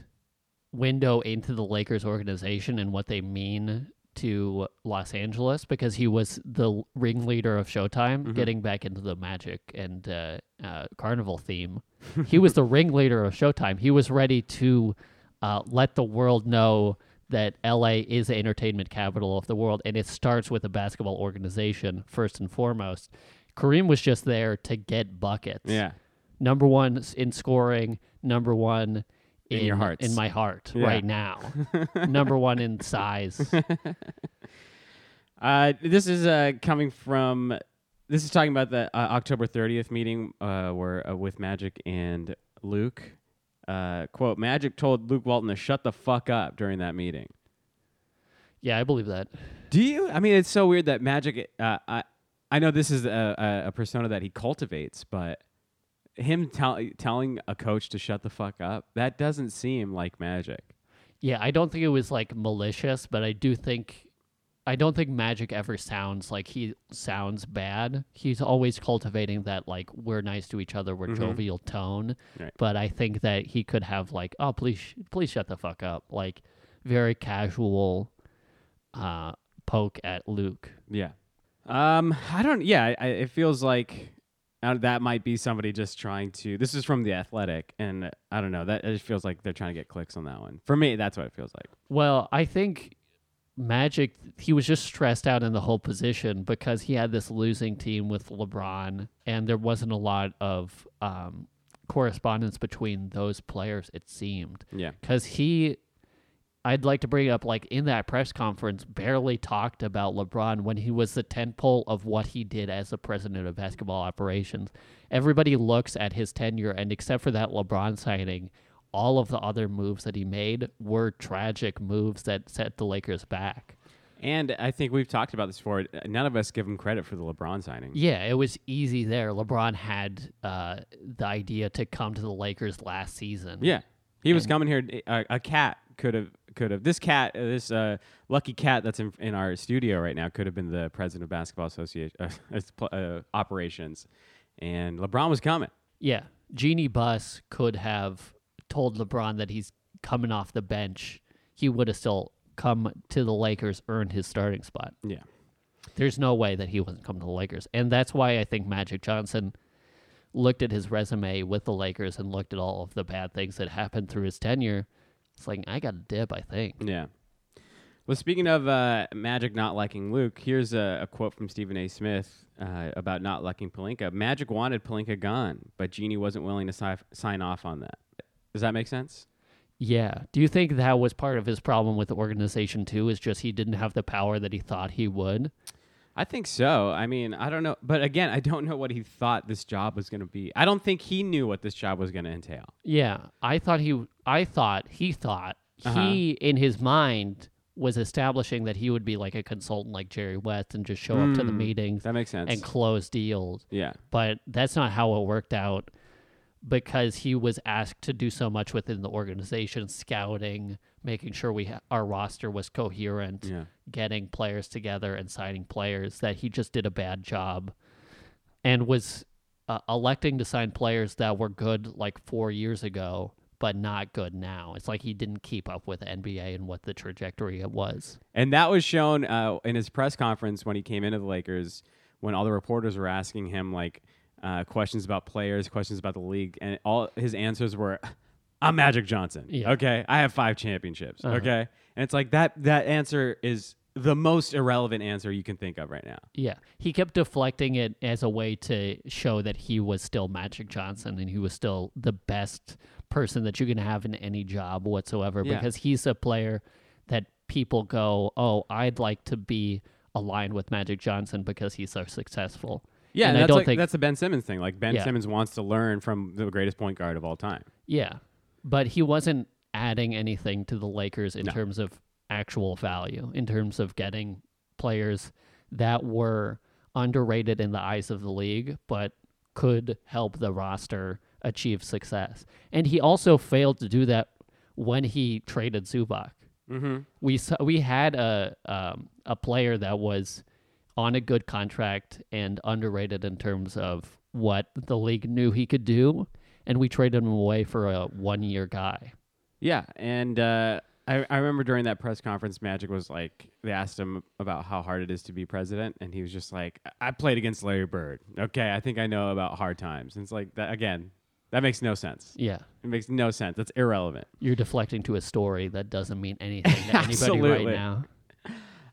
[SPEAKER 2] window into the Lakers organization and what they mean to Los Angeles because he was the l- ringleader of Showtime, getting back into the Magic and uh, uh, Carnival theme. he was the [LAUGHS] ringleader of Showtime. He was ready to uh, let the world know that LA is the entertainment capital of the world, and it starts with a basketball organization first and foremost. Kareem was just there to get buckets
[SPEAKER 1] Yeah.
[SPEAKER 2] number one s- in scoring, number one in,
[SPEAKER 1] In your hearts.
[SPEAKER 2] in my heart
[SPEAKER 1] Yeah. [LAUGHS]
[SPEAKER 2] right now, number one in size.
[SPEAKER 1] Uh, this is uh, coming from. This is talking about the uh, October 30th meeting uh, where uh, with Magic and Luke. Uh, quote: Magic told Luke Walton to shut the fuck up during that meeting.
[SPEAKER 2] Yeah, I believe that.
[SPEAKER 1] Do you? I mean, it's so weird that Magic. Uh, I I know this is a, a, a persona that he cultivates, but him tell, telling a coach to shut the fuck up that doesn't seem like Magic.
[SPEAKER 2] Yeah, I don't think it was like malicious, but I do think I don't think Magic ever sounds like he sounds bad. He's always cultivating that like we're nice to each other, we're jovial tone.
[SPEAKER 1] Mm-hmm. Right.
[SPEAKER 2] But I think that he could have like, oh please, sh- please shut the fuck up, like very casual uh, poke at Luke.
[SPEAKER 1] Yeah. Um. I don't. Yeah. I, it feels like uh, that might be somebody just trying to. This is from the Athletic, and I don't know. That it feels like they're trying to get clicks on that one. For me, that's what it feels like.
[SPEAKER 2] Well, I think Magic, he was just stressed out in the whole position because he had this losing team with LeBron, and there wasn't a lot of um, correspondence between those players, it seemed.
[SPEAKER 1] Yeah.
[SPEAKER 2] Because he, I'd like to bring up like in that press conference, barely talked about LeBron when he was the tentpole of what he did as the president of basketball operations. Everybody looks at his tenure, and except for that LeBron signing, all of the other moves that he made were tragic moves that set the Lakers back.
[SPEAKER 1] And I think we've talked about this before. None of us give him credit for the LeBron signing.
[SPEAKER 2] Yeah, it was easy there. LeBron had uh, the idea to come to the Lakers last season.
[SPEAKER 1] Yeah, he was coming here. A, a cat could have could have this cat uh, this uh, lucky cat that's in, in our studio right now could have been the president of basketball association uh, [LAUGHS] it's pl- uh, operations, and LeBron was coming.
[SPEAKER 2] Yeah. Jeannie Buss could have told LeBron that he's coming off the bench. He would have still come to the Lakers, earned his starting spot.
[SPEAKER 1] Yeah,
[SPEAKER 2] There's no way that he wasn't coming to the Lakers. And that's why I think Magic Johnson looked at his resume with the Lakers and looked at all of the bad things that happened through his tenure. It's like, I got a dip, I think.
[SPEAKER 1] yeah. Well, speaking of uh, Magic not liking Luke, here's a, a quote from Stephen A. Smith uh, about not liking Palinka. Magic wanted Palinka gone, but Genie wasn't willing to si- sign off on that. Does that make sense?
[SPEAKER 2] Yeah. Do you think that was part of his problem with the organization, too? Is just he didn't have the power that he thought he would?
[SPEAKER 1] I think so. I mean, I don't know, but again, I don't know what he thought this job was going to be. I don't think he knew what this job was going to entail.
[SPEAKER 2] Yeah, I thought he. I thought he thought he in his mind was establishing that he would be like a consultant, like Jerry West, and just show up to the meetings
[SPEAKER 1] That makes sense.
[SPEAKER 2] and close deals.
[SPEAKER 1] yeah,
[SPEAKER 2] But that's not how it worked out because he was asked to do so much within the organization, scouting, making sure we ha- our roster was coherent,
[SPEAKER 1] Yeah.
[SPEAKER 2] getting players together and signing players that he just did a bad job and was uh, electing to sign players that were good like 4 years ago but not good now. It's like he didn't keep up with NBA and what the trajectory it was.
[SPEAKER 1] and that was shown uh, in his press conference when he came into the Lakers, when all the reporters were asking him like uh, questions about players, questions about the league, and all his answers were, "I'm Magic Johnson.
[SPEAKER 2] Yeah. Uh-huh.
[SPEAKER 1] Okay, I have five championships. Okay," and it's like that. That answer is the most irrelevant answer you can think of right now.
[SPEAKER 2] Yeah, he kept deflecting it as a way to show that he was still Magic Johnson and he was still the best person that you can have in any job whatsoever
[SPEAKER 1] Yeah.
[SPEAKER 2] because he's a player that people go, "Oh, I'd like to be aligned with Magic Johnson because he's so successful."
[SPEAKER 1] Yeah,
[SPEAKER 2] and
[SPEAKER 1] that's
[SPEAKER 2] I don't
[SPEAKER 1] like,
[SPEAKER 2] think
[SPEAKER 1] that's the Ben Simmons thing. Like Ben
[SPEAKER 2] Yeah.
[SPEAKER 1] Simmons wants to learn from the greatest point guard of all time.
[SPEAKER 2] yeah, but he wasn't adding anything to the Lakers in terms of actual value, in terms of getting players that were underrated in the eyes of the league, but could help the roster achieve success. And he also failed to do that when he traded Zubac.
[SPEAKER 1] Mhm.
[SPEAKER 2] We saw, we had a um, a player that was on a good contract and underrated in terms of what the league knew he could do, and we traded him away for a one year guy.
[SPEAKER 1] Yeah, and uh, I, I remember during that press conference, Magic was like, they asked him about how hard it is to be president, and he was just like, "I- "I played against Larry Bird. Okay, I think I know about hard times." And it's like that again. That makes no sense.
[SPEAKER 2] Yeah.
[SPEAKER 1] It makes no sense. That's irrelevant.
[SPEAKER 2] You're deflecting to a story that doesn't mean
[SPEAKER 1] [LAUGHS]
[SPEAKER 2] anything to anybody right
[SPEAKER 1] Absolutely.
[SPEAKER 2] now.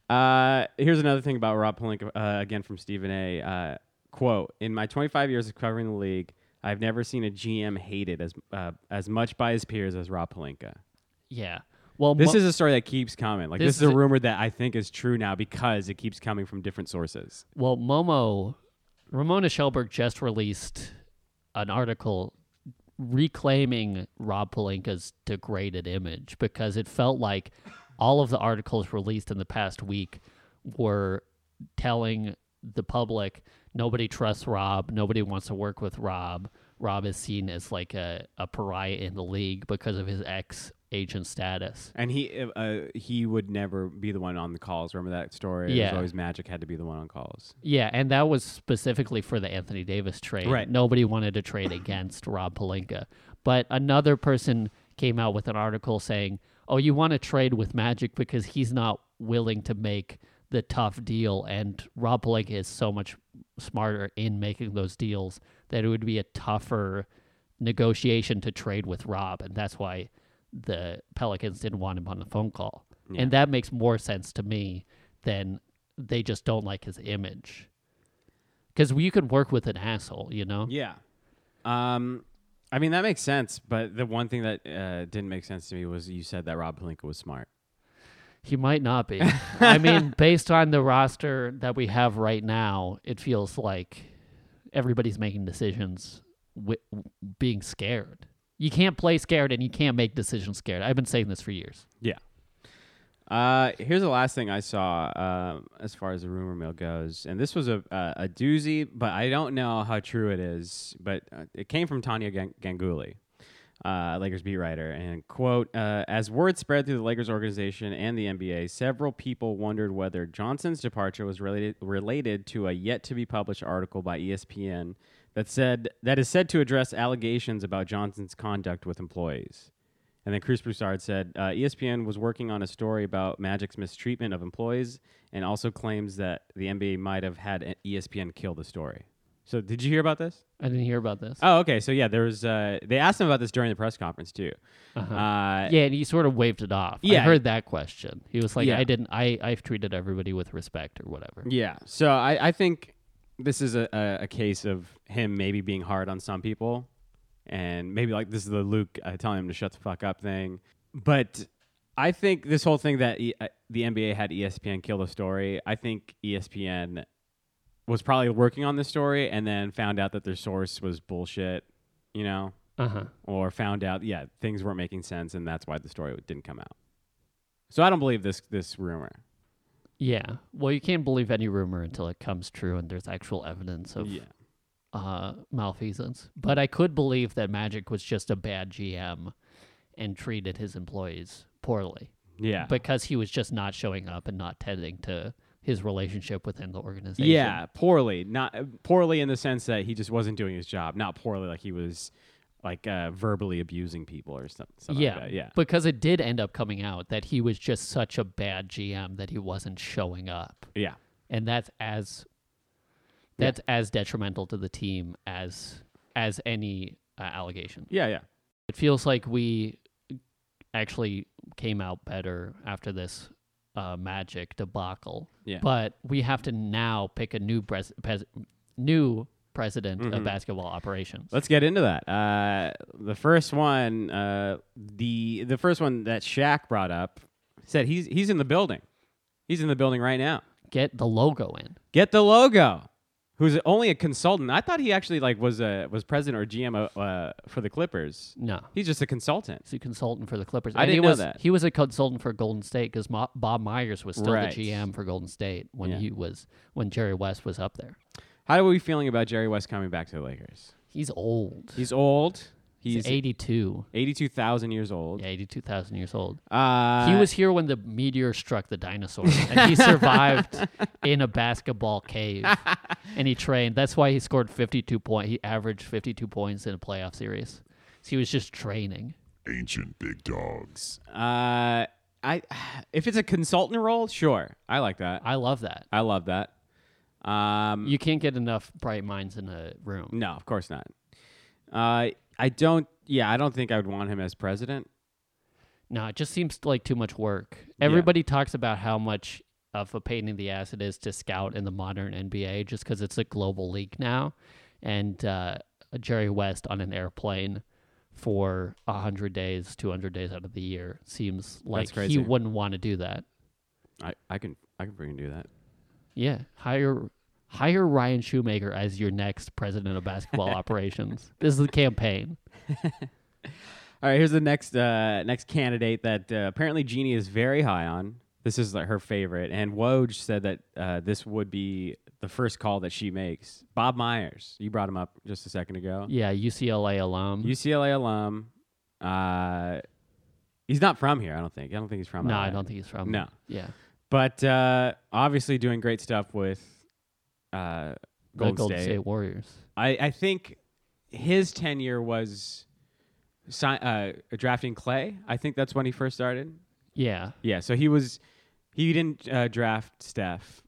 [SPEAKER 1] Uh, here's another thing about Rob Palinka, uh, again from Stephen A. Uh, quote: In my 25 years of covering the league, I've never seen a GM hated as uh, as much by his peers as Rob Palinka.
[SPEAKER 2] Yeah. Well,
[SPEAKER 1] This
[SPEAKER 2] mo-
[SPEAKER 1] is a story that keeps coming. Like this,
[SPEAKER 2] This
[SPEAKER 1] is a
[SPEAKER 2] is-
[SPEAKER 1] rumor that I think is true now because it keeps coming from different sources.
[SPEAKER 2] well, Momo, Ramona Shelberg just released an article reclaiming Rob Palenka's degraded image because it felt like all of the articles released in the past week were telling the public nobody trusts Rob, nobody wants to work with Rob. Rob is seen as like a, a pariah in the league because of his ex agent status.
[SPEAKER 1] And he uh, uh, he would never be the one on the calls. Remember that story? It was
[SPEAKER 2] Yeah.
[SPEAKER 1] always Magic had to be the one on calls.
[SPEAKER 2] Yeah, and that was specifically for the Anthony Davis trade.
[SPEAKER 1] Right.
[SPEAKER 2] Nobody wanted to trade against Rob Palinka. But another person came out with an article saying, Oh, you want to trade with Magic because he's not willing to make the tough deal. And Rob Palinka is so much smarter in making those deals that it would be a tougher negotiation to trade with Rob. And that's why the Pelicans didn't want him on the phone call. And that makes more sense to me than they just don't like his image. Because you could work with an asshole, you know?
[SPEAKER 1] Yeah. Um, I mean that makes sense. But the one thing that uh, didn't make sense to me was you said that Rob Palinka was smart.
[SPEAKER 2] He might
[SPEAKER 1] [LAUGHS]
[SPEAKER 2] not be. I mean, based on the roster that we have right now, it feels like everybody's making decisions wi- being scared. You can't play scared and you can't make decisions scared. I've been saying this for years.
[SPEAKER 1] Yeah. Uh, here's the last thing I saw um, as far as the rumor mill goes, and this was a uh, a doozy, but I don't know how true it is. But uh, it came from Tanya Gang- Ganguly, uh, Lakers beat writer, and quote: uh, As word spread through the Lakers organization and the NBA, several people wondered whether Johnson's departure was related related to a yet to be published article by E ESPN that said that is said to address allegations about Johnson's conduct with employees. And then Chris Broussard said uh, ESPN was working on a story about Magic's mistreatment of employees and also claims that the NBA might have had E ESPN kill the story. So, did you hear about this?
[SPEAKER 2] I didn't hear about this.
[SPEAKER 1] Oh, okay. So, yeah, there was, uh, they asked him about this during the press conference, too.
[SPEAKER 2] Uh-huh.
[SPEAKER 1] Uh,
[SPEAKER 2] yeah, and he sort of waved it off. I
[SPEAKER 1] Yeah.
[SPEAKER 2] heard that question. He was like,
[SPEAKER 1] Yeah.
[SPEAKER 2] "I didn't. I I've treated everybody with respect or whatever."
[SPEAKER 1] Yeah. So I, I think this is a, a, a case of him maybe being hard on some people and maybe like this is the Luke uh, telling him to shut the fuck up thing. But I think this whole thing that e- uh, the NBA had ESPN kill the story, I think E ESPN was probably working on this story and then found out that their source was bullshit, you know,
[SPEAKER 2] Uh huh.
[SPEAKER 1] or found out, yeah, things weren't making sense and that's why the story didn't come out. So I don't believe this this rumor.
[SPEAKER 2] Yeah. Well, you can't believe any rumor until it comes true and there's actual evidence of
[SPEAKER 1] Yeah.
[SPEAKER 2] uh, malfeasance. But I could believe that Magic was just a bad GM and treated his employees poorly
[SPEAKER 1] Yeah.
[SPEAKER 2] because he was just not showing up and not tending to his relationship within the organization.
[SPEAKER 1] Yeah, poorly. Not uh, poorly in the sense that he just wasn't doing his job. Not poorly like he was like uh, verbally abusing people or something. something
[SPEAKER 2] Yeah,
[SPEAKER 1] Like that. Yeah.
[SPEAKER 2] Because it did end up coming out that he was just such a bad GM that he wasn't showing up,
[SPEAKER 1] Yeah.
[SPEAKER 2] and that's as that's as detrimental to the team as as any uh, allegation.
[SPEAKER 1] Yeah. Yeah.
[SPEAKER 2] It feels like we actually came out better after this uh, magic debacle.
[SPEAKER 1] Yeah.
[SPEAKER 2] But we have to now pick a new pres- pres- new president
[SPEAKER 1] Mm-hmm.
[SPEAKER 2] of basketball operations.
[SPEAKER 1] Let's get into that. Uh, the first one, uh, the the first one that Shaq brought up said he's he's in the building. He's in the building right now.
[SPEAKER 2] Get the logo in.
[SPEAKER 1] Get the logo. Who's only a consultant? I thought he actually like was a was president or GM uh, uh, for the Clippers.
[SPEAKER 2] No.
[SPEAKER 1] He's just a consultant.
[SPEAKER 2] He's a consultant for the Clippers.
[SPEAKER 1] I
[SPEAKER 2] And he
[SPEAKER 1] didn't know
[SPEAKER 2] was,
[SPEAKER 1] that.
[SPEAKER 2] He was a consultant for Golden State because Bob Myers was still
[SPEAKER 1] Right.
[SPEAKER 2] the GM for Golden State when
[SPEAKER 1] Yeah.
[SPEAKER 2] he was when Jerry West was up there.
[SPEAKER 1] How are we feeling about Jerry West coming back to the Lakers?
[SPEAKER 2] He's old.
[SPEAKER 1] He's old.
[SPEAKER 2] He's
[SPEAKER 1] He's
[SPEAKER 2] 82.
[SPEAKER 1] 82,000 years old.
[SPEAKER 2] Yeah, 82,000 years old.
[SPEAKER 1] Uh,
[SPEAKER 2] he was here when the meteor struck the dinosaurs, and he survived in a basketball cave. And he trained. That's why he scored 52 points. He averaged 52 points in a playoff series. So he was just training.
[SPEAKER 5] Ancient big dogs.
[SPEAKER 1] Uh, I, if it's a consultant role, sure, I like that.
[SPEAKER 2] I love that.
[SPEAKER 1] I love that. Um,
[SPEAKER 2] You can't get enough bright minds in a room.
[SPEAKER 1] no, of course not. Uh, I don't. Yeah, I don't think I would want him as president.
[SPEAKER 2] No, it just seems like too much work. Everybody talks about how much of a pain in the ass it is to scout in the modern NBA just because it's a global league now. And uh, Jerry West on an airplane for 100 days, 200 days out of the year seems like he
[SPEAKER 1] crazy.
[SPEAKER 2] wouldn't want to do that.
[SPEAKER 1] I, I can I can freaking do that.
[SPEAKER 2] Yeah, hire hire Ryan Shoemaker as your next president of
[SPEAKER 1] [LAUGHS]
[SPEAKER 2] basketball operations. This is the campaign.
[SPEAKER 1] All right, here's the next uh, next candidate that uh, apparently Jeannie is very high on. This is like, her favorite, and Woj said that uh, this would be the first call that she makes. Bob Myers, you brought him up just a second ago.
[SPEAKER 2] Yeah, UCLA alum.
[SPEAKER 1] UCLA alum. Uh, he's not from here. I don't think. I don't think he's from.
[SPEAKER 2] no, I
[SPEAKER 1] LA.
[SPEAKER 2] don't think he's from.
[SPEAKER 1] No.
[SPEAKER 2] Yeah.
[SPEAKER 1] But uh, obviously, doing great stuff with uh,
[SPEAKER 2] the
[SPEAKER 1] Golden,
[SPEAKER 2] Golden
[SPEAKER 1] State.
[SPEAKER 2] State Warriors.
[SPEAKER 1] I, I think his tenure was si- uh, drafting Clay. I think that's when he first started.
[SPEAKER 2] Yeah.
[SPEAKER 1] Yeah. So he was. He didn't uh, draft Steph,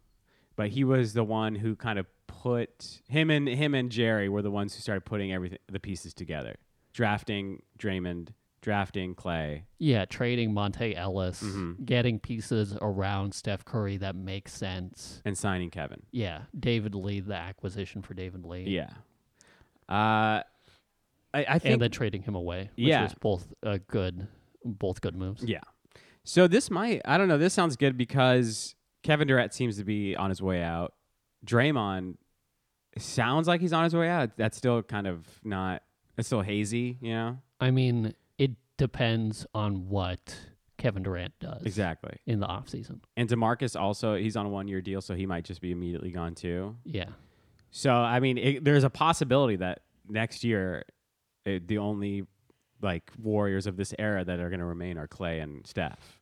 [SPEAKER 1] but he was the one who kind of put him and him and Jerry were the ones who started putting everything the pieces together, drafting Draymond, drafting Clay.
[SPEAKER 2] Yeah, trading Monte Ellis,
[SPEAKER 1] Mhm.
[SPEAKER 2] getting pieces around Steph Curry that make sense.
[SPEAKER 1] and signing Kevin.
[SPEAKER 2] Yeah, David Lee, the acquisition for David Lee.
[SPEAKER 1] Yeah. Uh, I, I think.
[SPEAKER 2] And then trading him away, which
[SPEAKER 1] Yeah.
[SPEAKER 2] was both uh, good both good moves.
[SPEAKER 1] yeah. So this might I don't know, this sounds good because Kevin Durant seems to be on his way out. Draymond sounds like he's on his way out. That's still kind of not it's still hazy, you know?
[SPEAKER 2] I mean, it depends on what Kevin Durant does
[SPEAKER 1] Exactly.
[SPEAKER 2] in the offseason.
[SPEAKER 1] And DeMarcus also he's on a one year deal, so he might just be immediately gone too.
[SPEAKER 2] Yeah.
[SPEAKER 1] So I mean, it, there's a possibility that next year, it, the only like Warriors of this era that are going to remain are Clay and Steph.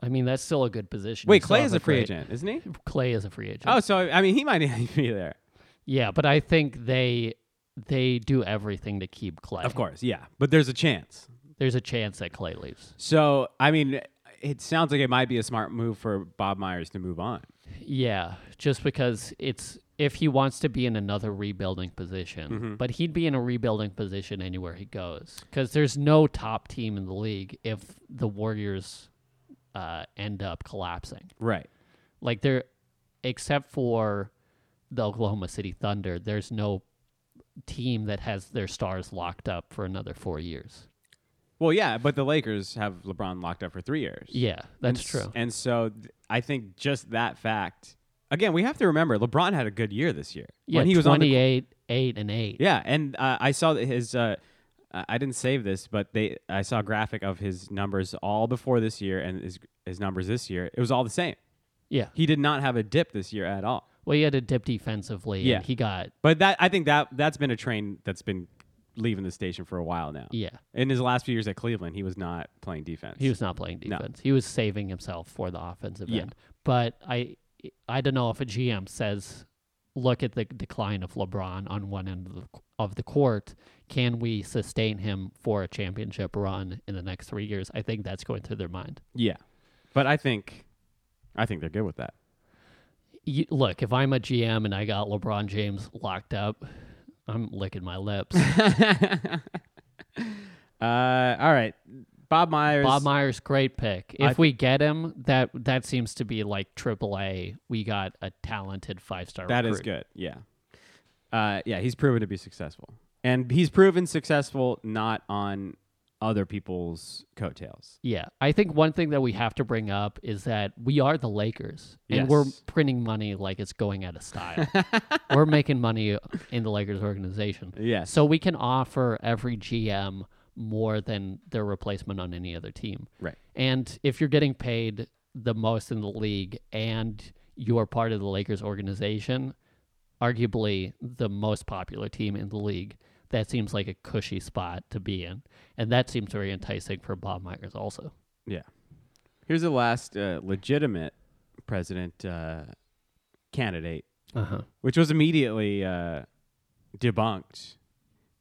[SPEAKER 2] I mean, that's still a good position. You
[SPEAKER 1] Wait,
[SPEAKER 2] still
[SPEAKER 1] Clay
[SPEAKER 2] have
[SPEAKER 1] is a free
[SPEAKER 2] great-
[SPEAKER 1] agent, isn't he?
[SPEAKER 2] Clay is a free agent.
[SPEAKER 1] Oh, so I mean, he might [LAUGHS] be there.
[SPEAKER 2] Yeah, but I think they they do everything to keep Clay.
[SPEAKER 1] Of course, yeah, but there's a chance.
[SPEAKER 2] There's a chance that Clay leaves.
[SPEAKER 1] So I mean, it sounds like it might be a smart move for Bob Myers to move on.
[SPEAKER 2] Yeah, just because it's if he wants to be in another rebuilding position,
[SPEAKER 1] Mm-hmm.
[SPEAKER 2] but he'd be in a rebuilding position anywhere he goes because there's no top team in the league if the Warriors uh, end up collapsing.
[SPEAKER 1] Right.
[SPEAKER 2] Like they're except for the Oklahoma City Thunder, there's no team that has their stars locked up for another four years.
[SPEAKER 1] Well, yeah, but the Lakers have LeBron locked up for three years.
[SPEAKER 2] Yeah, that's
[SPEAKER 1] And s-
[SPEAKER 2] true.
[SPEAKER 1] And so th- I think just that fact. Again, we have to remember LeBron had a good year this year.
[SPEAKER 2] Yeah,
[SPEAKER 1] when he was on the
[SPEAKER 2] 28, 8, and 8.
[SPEAKER 1] Yeah, and uh, I saw that his. Uh, I I didn't save this, but they I saw a graphic of his numbers all before this year and his his numbers this year. It was all the same.
[SPEAKER 2] Yeah.
[SPEAKER 1] He did not have a dip this year at all.
[SPEAKER 2] Well, he had a dip defensively.
[SPEAKER 1] Yeah.
[SPEAKER 2] And he got,
[SPEAKER 1] But that I think that that's been a train that's been leaving the station for a while now.
[SPEAKER 2] yeah,
[SPEAKER 1] In his last few years at Cleveland, he was not playing defense.
[SPEAKER 2] he was not playing
[SPEAKER 1] No.
[SPEAKER 2] defense. He was saving himself for the offensive
[SPEAKER 1] Yeah.
[SPEAKER 2] end. But I, I don't know if a GM says, look at the decline of LeBron on one end of the, of the court. Can we sustain him for a championship run in the next three years? I think that's going through their mind.
[SPEAKER 1] Yeah. But I think I think they're good with that.
[SPEAKER 2] you, look, if I'm a GM and I got LeBron James locked up, I'm licking
[SPEAKER 1] [LAUGHS]
[SPEAKER 2] my lips.
[SPEAKER 1] Uh, all right. Bob Myers.
[SPEAKER 2] Bob Myers, great pick. If
[SPEAKER 1] I th-
[SPEAKER 2] we get him, that that seems to be like triple A. We got a talented five star.
[SPEAKER 1] That is good. Yeah. Uh, yeah, he's proven to be successful. And he's proven successful not on other people's coattails.
[SPEAKER 2] Yeah, I think one thing that we have to bring up is that we are the Lakers, and we're
[SPEAKER 1] Yes.
[SPEAKER 2] printing money like it's going out of style. we're making money in the Lakers organization,
[SPEAKER 1] Yes.
[SPEAKER 2] so we can offer every GM more than their replacement on any other team.
[SPEAKER 1] right.
[SPEAKER 2] And if you're getting paid the most in the league and you're part of the Lakers organization, arguably the most popular team in the league, that seems like a cushy spot to be in. And that seems very enticing for Bob Myers also.
[SPEAKER 1] Yeah. Here's the last uh, legitimate president uh, candidate,
[SPEAKER 2] Uh-huh.
[SPEAKER 1] which was immediately uh, debunked.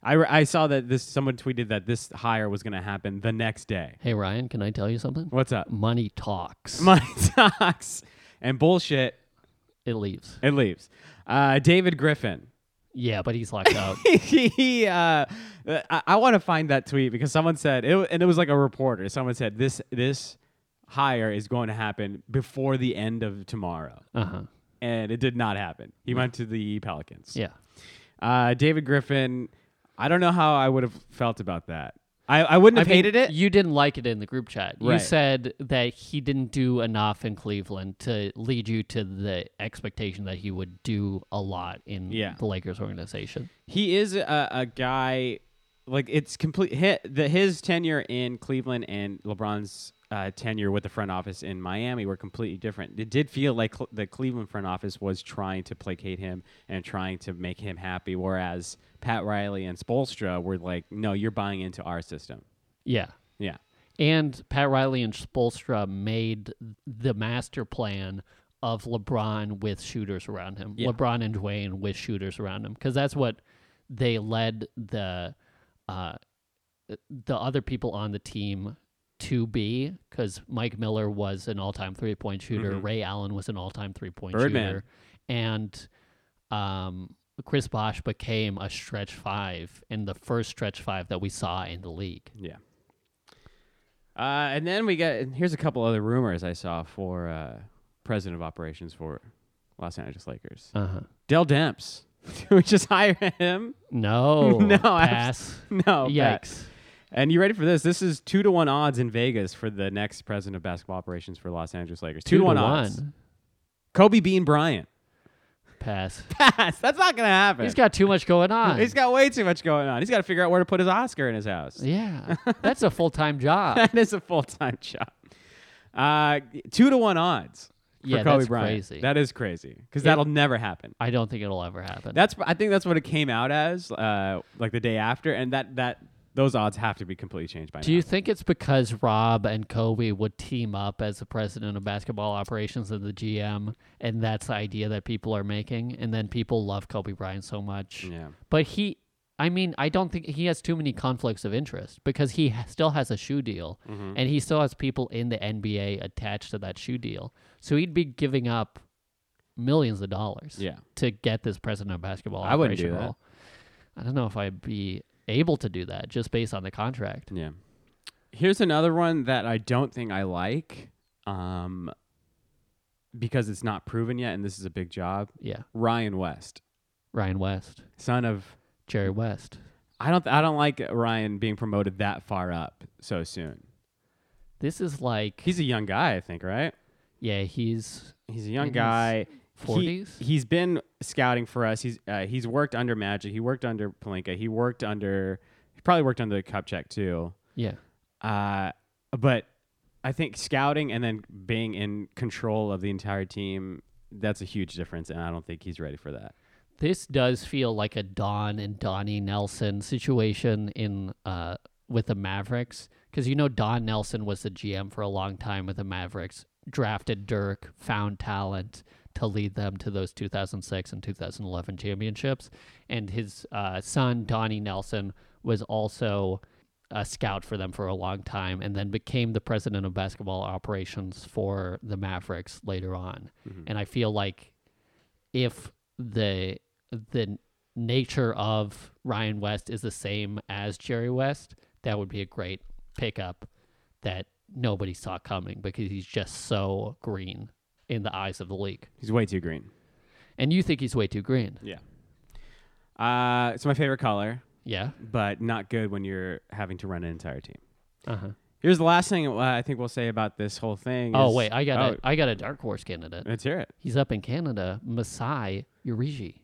[SPEAKER 1] I, re- I saw that this someone tweeted that this hire was going to happen the next day.
[SPEAKER 2] Hey Ryan, can I tell you something?
[SPEAKER 1] What's up?
[SPEAKER 2] Money talks.
[SPEAKER 1] [LAUGHS] Money talks and bullshit.
[SPEAKER 2] it leaves.
[SPEAKER 1] It leaves. Uh, David Griffin. [LAUGHS]
[SPEAKER 2] Yeah, but he's locked out.
[SPEAKER 1] he, uh, I, I want to find that tweet because someone said it, and it was like a reporter. Someone said this this hire is going to happen before the end of tomorrow,
[SPEAKER 2] Uh-huh.
[SPEAKER 1] and it did not happen. He went to the Pelicans.
[SPEAKER 2] Yeah.
[SPEAKER 1] Uh, David Griffin. I don't know how I would have felt about that. I, I wouldn't have
[SPEAKER 2] mean,
[SPEAKER 1] hated it.
[SPEAKER 2] You didn't like it in the group chat. You
[SPEAKER 1] Right.
[SPEAKER 2] said that he didn't do enough in Cleveland to lead you to the expectation that he would do a lot in
[SPEAKER 1] Yeah.
[SPEAKER 2] the Lakers organization.
[SPEAKER 1] he is a, a guy like it's complete hit the his tenure in Cleveland and LeBron's uh, tenure with the front office in Miami were completely different. It did feel like Cl- the Cleveland front office was trying to placate him and trying to make him happy, whereas Pat Riley and Spolstra were like, "No, you're buying into our system."
[SPEAKER 2] Yeah.
[SPEAKER 1] Yeah,
[SPEAKER 2] And Pat Riley and Spolstra made the master plan of LeBron with shooters around him.
[SPEAKER 1] Yeah.
[SPEAKER 2] LeBron and Dwayne with shooters around him because that's what they led the uh, the other people on the team to be because Mike Miller was an all-time three-point shooter. Ray Allen was an all-time three-point
[SPEAKER 1] Mm-hmm. Birdman.
[SPEAKER 2] shooter, and um, Chris Bosh became a stretch five and the first stretch five that we saw in the league.
[SPEAKER 1] yeah. Uh, and then we got and here's a couple other rumors I saw for uh, president of operations for Los Angeles Lakers.
[SPEAKER 2] Uh huh.
[SPEAKER 1] Dell Demps. [LAUGHS] Do we just hire him?
[SPEAKER 2] [LAUGHS] No, Oh,
[SPEAKER 1] No, abs-
[SPEAKER 2] pass.
[SPEAKER 1] No.
[SPEAKER 2] Yikes!
[SPEAKER 1] bet. And you ready for this? This is two to one odds in Vegas for the next president of basketball operations for Los Angeles Lakers. Two, to one, odds. Kobe Bean Bryant. [LAUGHS]
[SPEAKER 2] Pass.
[SPEAKER 1] Pass. That's not gonna happen.
[SPEAKER 2] [LAUGHS] He's got too much going on.
[SPEAKER 1] He's got way too much going on. He's got to figure out where to put his Oscar in his house.
[SPEAKER 2] [LAUGHS] yeah, [LAUGHS] that's a full time
[SPEAKER 1] [LAUGHS]
[SPEAKER 2] job.
[SPEAKER 1] That is a full time [LAUGHS] job. Uh, two to one odds for
[SPEAKER 2] Yeah,
[SPEAKER 1] Kobe
[SPEAKER 2] that's
[SPEAKER 1] Bryant.
[SPEAKER 2] crazy.
[SPEAKER 1] That is crazy because that'll never happen.
[SPEAKER 2] I don't think it'll ever happen.
[SPEAKER 1] That's I think that's what it came out as, uh, like the day after, and that that those odds have to be completely changed by
[SPEAKER 2] Do
[SPEAKER 1] now.
[SPEAKER 2] you think it's because Rob and Kobe would team up as the president of basketball operations and the GM, and that's the idea that people are making, and then people love Kobe Bryant so much?
[SPEAKER 1] Yeah.
[SPEAKER 2] But he, I mean, I don't think he has too many conflicts of interest because he ha- still has a shoe deal,
[SPEAKER 1] Mm-hmm.
[SPEAKER 2] and he still has people in the NBA attached to that shoe deal. So he'd be giving up millions of dollars
[SPEAKER 1] Yeah.
[SPEAKER 2] to get this president of basketball
[SPEAKER 1] I wouldn't do
[SPEAKER 2] operation
[SPEAKER 1] that.
[SPEAKER 2] role. I don't know if I'd be able to do that just based on the contract.
[SPEAKER 1] Yeah. Here's another one that I don't think I like, um, because it's not proven yet, and this is a big job.
[SPEAKER 2] Yeah.
[SPEAKER 1] Ryan West,
[SPEAKER 2] Ryan West,
[SPEAKER 1] son of
[SPEAKER 2] Jerry West.
[SPEAKER 1] I don't I don't like Ryan being promoted that far up so soon.
[SPEAKER 2] This is like
[SPEAKER 1] He's a young guy, I think, right?
[SPEAKER 2] yeah, he's
[SPEAKER 1] He's a young
[SPEAKER 2] In his
[SPEAKER 1] guy. He-
[SPEAKER 2] 40s?
[SPEAKER 1] he's been scouting for us. He's uh, he's worked under Magic. He worked under Palinka. He worked under. He probably worked under Kupchak too.
[SPEAKER 2] yeah.
[SPEAKER 1] Uh, but I think scouting and then being in control of the entire team that's a huge difference, and I don't think he's ready for that.
[SPEAKER 2] This does feel like a Don and Donnie Nelson situation in uh with the Mavericks because you know Don Nelson was the GM for a long time with the Mavericks, drafted Dirk, found talent to lead them to those 2006 and 2011 championships, and his uh, son Donnie Nelson was also a scout for them for a long time and then became the president of basketball operations for the Mavericks later on. And I feel like if the the nature of Ryan West is the same as Jerry West, that would be a great pickup that nobody saw coming because he's just so green in the eyes of the league.
[SPEAKER 1] He's way too green.
[SPEAKER 2] And you think he's way too green.
[SPEAKER 1] Yeah. Uh, it's my favorite color,
[SPEAKER 2] Yeah.
[SPEAKER 1] but not good when you're having to run an entire team.
[SPEAKER 2] Uh-huh.
[SPEAKER 1] Here's the last thing uh, I think we'll say about this whole thing.
[SPEAKER 2] Oh
[SPEAKER 1] is-
[SPEAKER 2] wait, I got
[SPEAKER 1] Oh,
[SPEAKER 2] a I got a dark horse candidate.
[SPEAKER 1] Let's hear it.
[SPEAKER 2] He's up in Canada, Masai Uriji.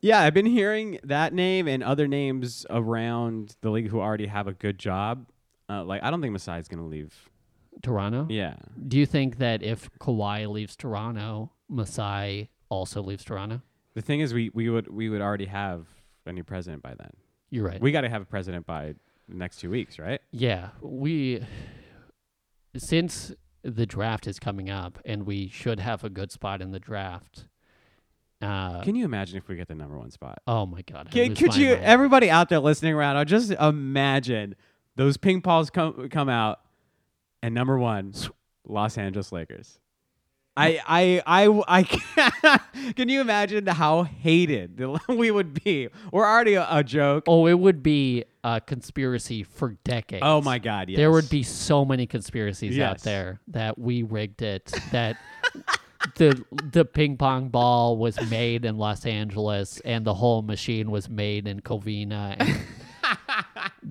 [SPEAKER 1] Yeah, I've been hearing that name and other names around the league who already have a good job. Uh, like, I don't think Masai's going to leave.
[SPEAKER 2] Toronto?
[SPEAKER 1] Yeah.
[SPEAKER 2] Do you think that if Kawhi leaves Toronto, Masai also leaves Toronto?
[SPEAKER 1] The thing is, we, we would we would already have a new president by then.
[SPEAKER 2] You're right.
[SPEAKER 1] We got to have a president by the next two weeks, right?
[SPEAKER 2] yeah, we since the draft is coming up and we should have a good spot in the draft. Uh,
[SPEAKER 1] Can you imagine if we get the number one spot?
[SPEAKER 2] oh my god. I
[SPEAKER 1] Could,
[SPEAKER 2] lose
[SPEAKER 1] could
[SPEAKER 2] my
[SPEAKER 1] you,
[SPEAKER 2] mind.
[SPEAKER 1] everybody out there listening right now, just imagine those ping balls come come out, and number one, Los Angeles Lakers. I I I I [LAUGHS] can't- can you imagine how hated the- [LAUGHS] we would be? We're already a, a joke.
[SPEAKER 2] Oh, it would be a conspiracy for decades.
[SPEAKER 1] Oh my God! Yes,
[SPEAKER 2] There would be so many conspiracies out
[SPEAKER 1] Yes.
[SPEAKER 2] there that we rigged it, that [LAUGHS] the the ping pong ball was made in Los Angeles and the whole machine was made in Covina
[SPEAKER 1] [LAUGHS]
[SPEAKER 2] and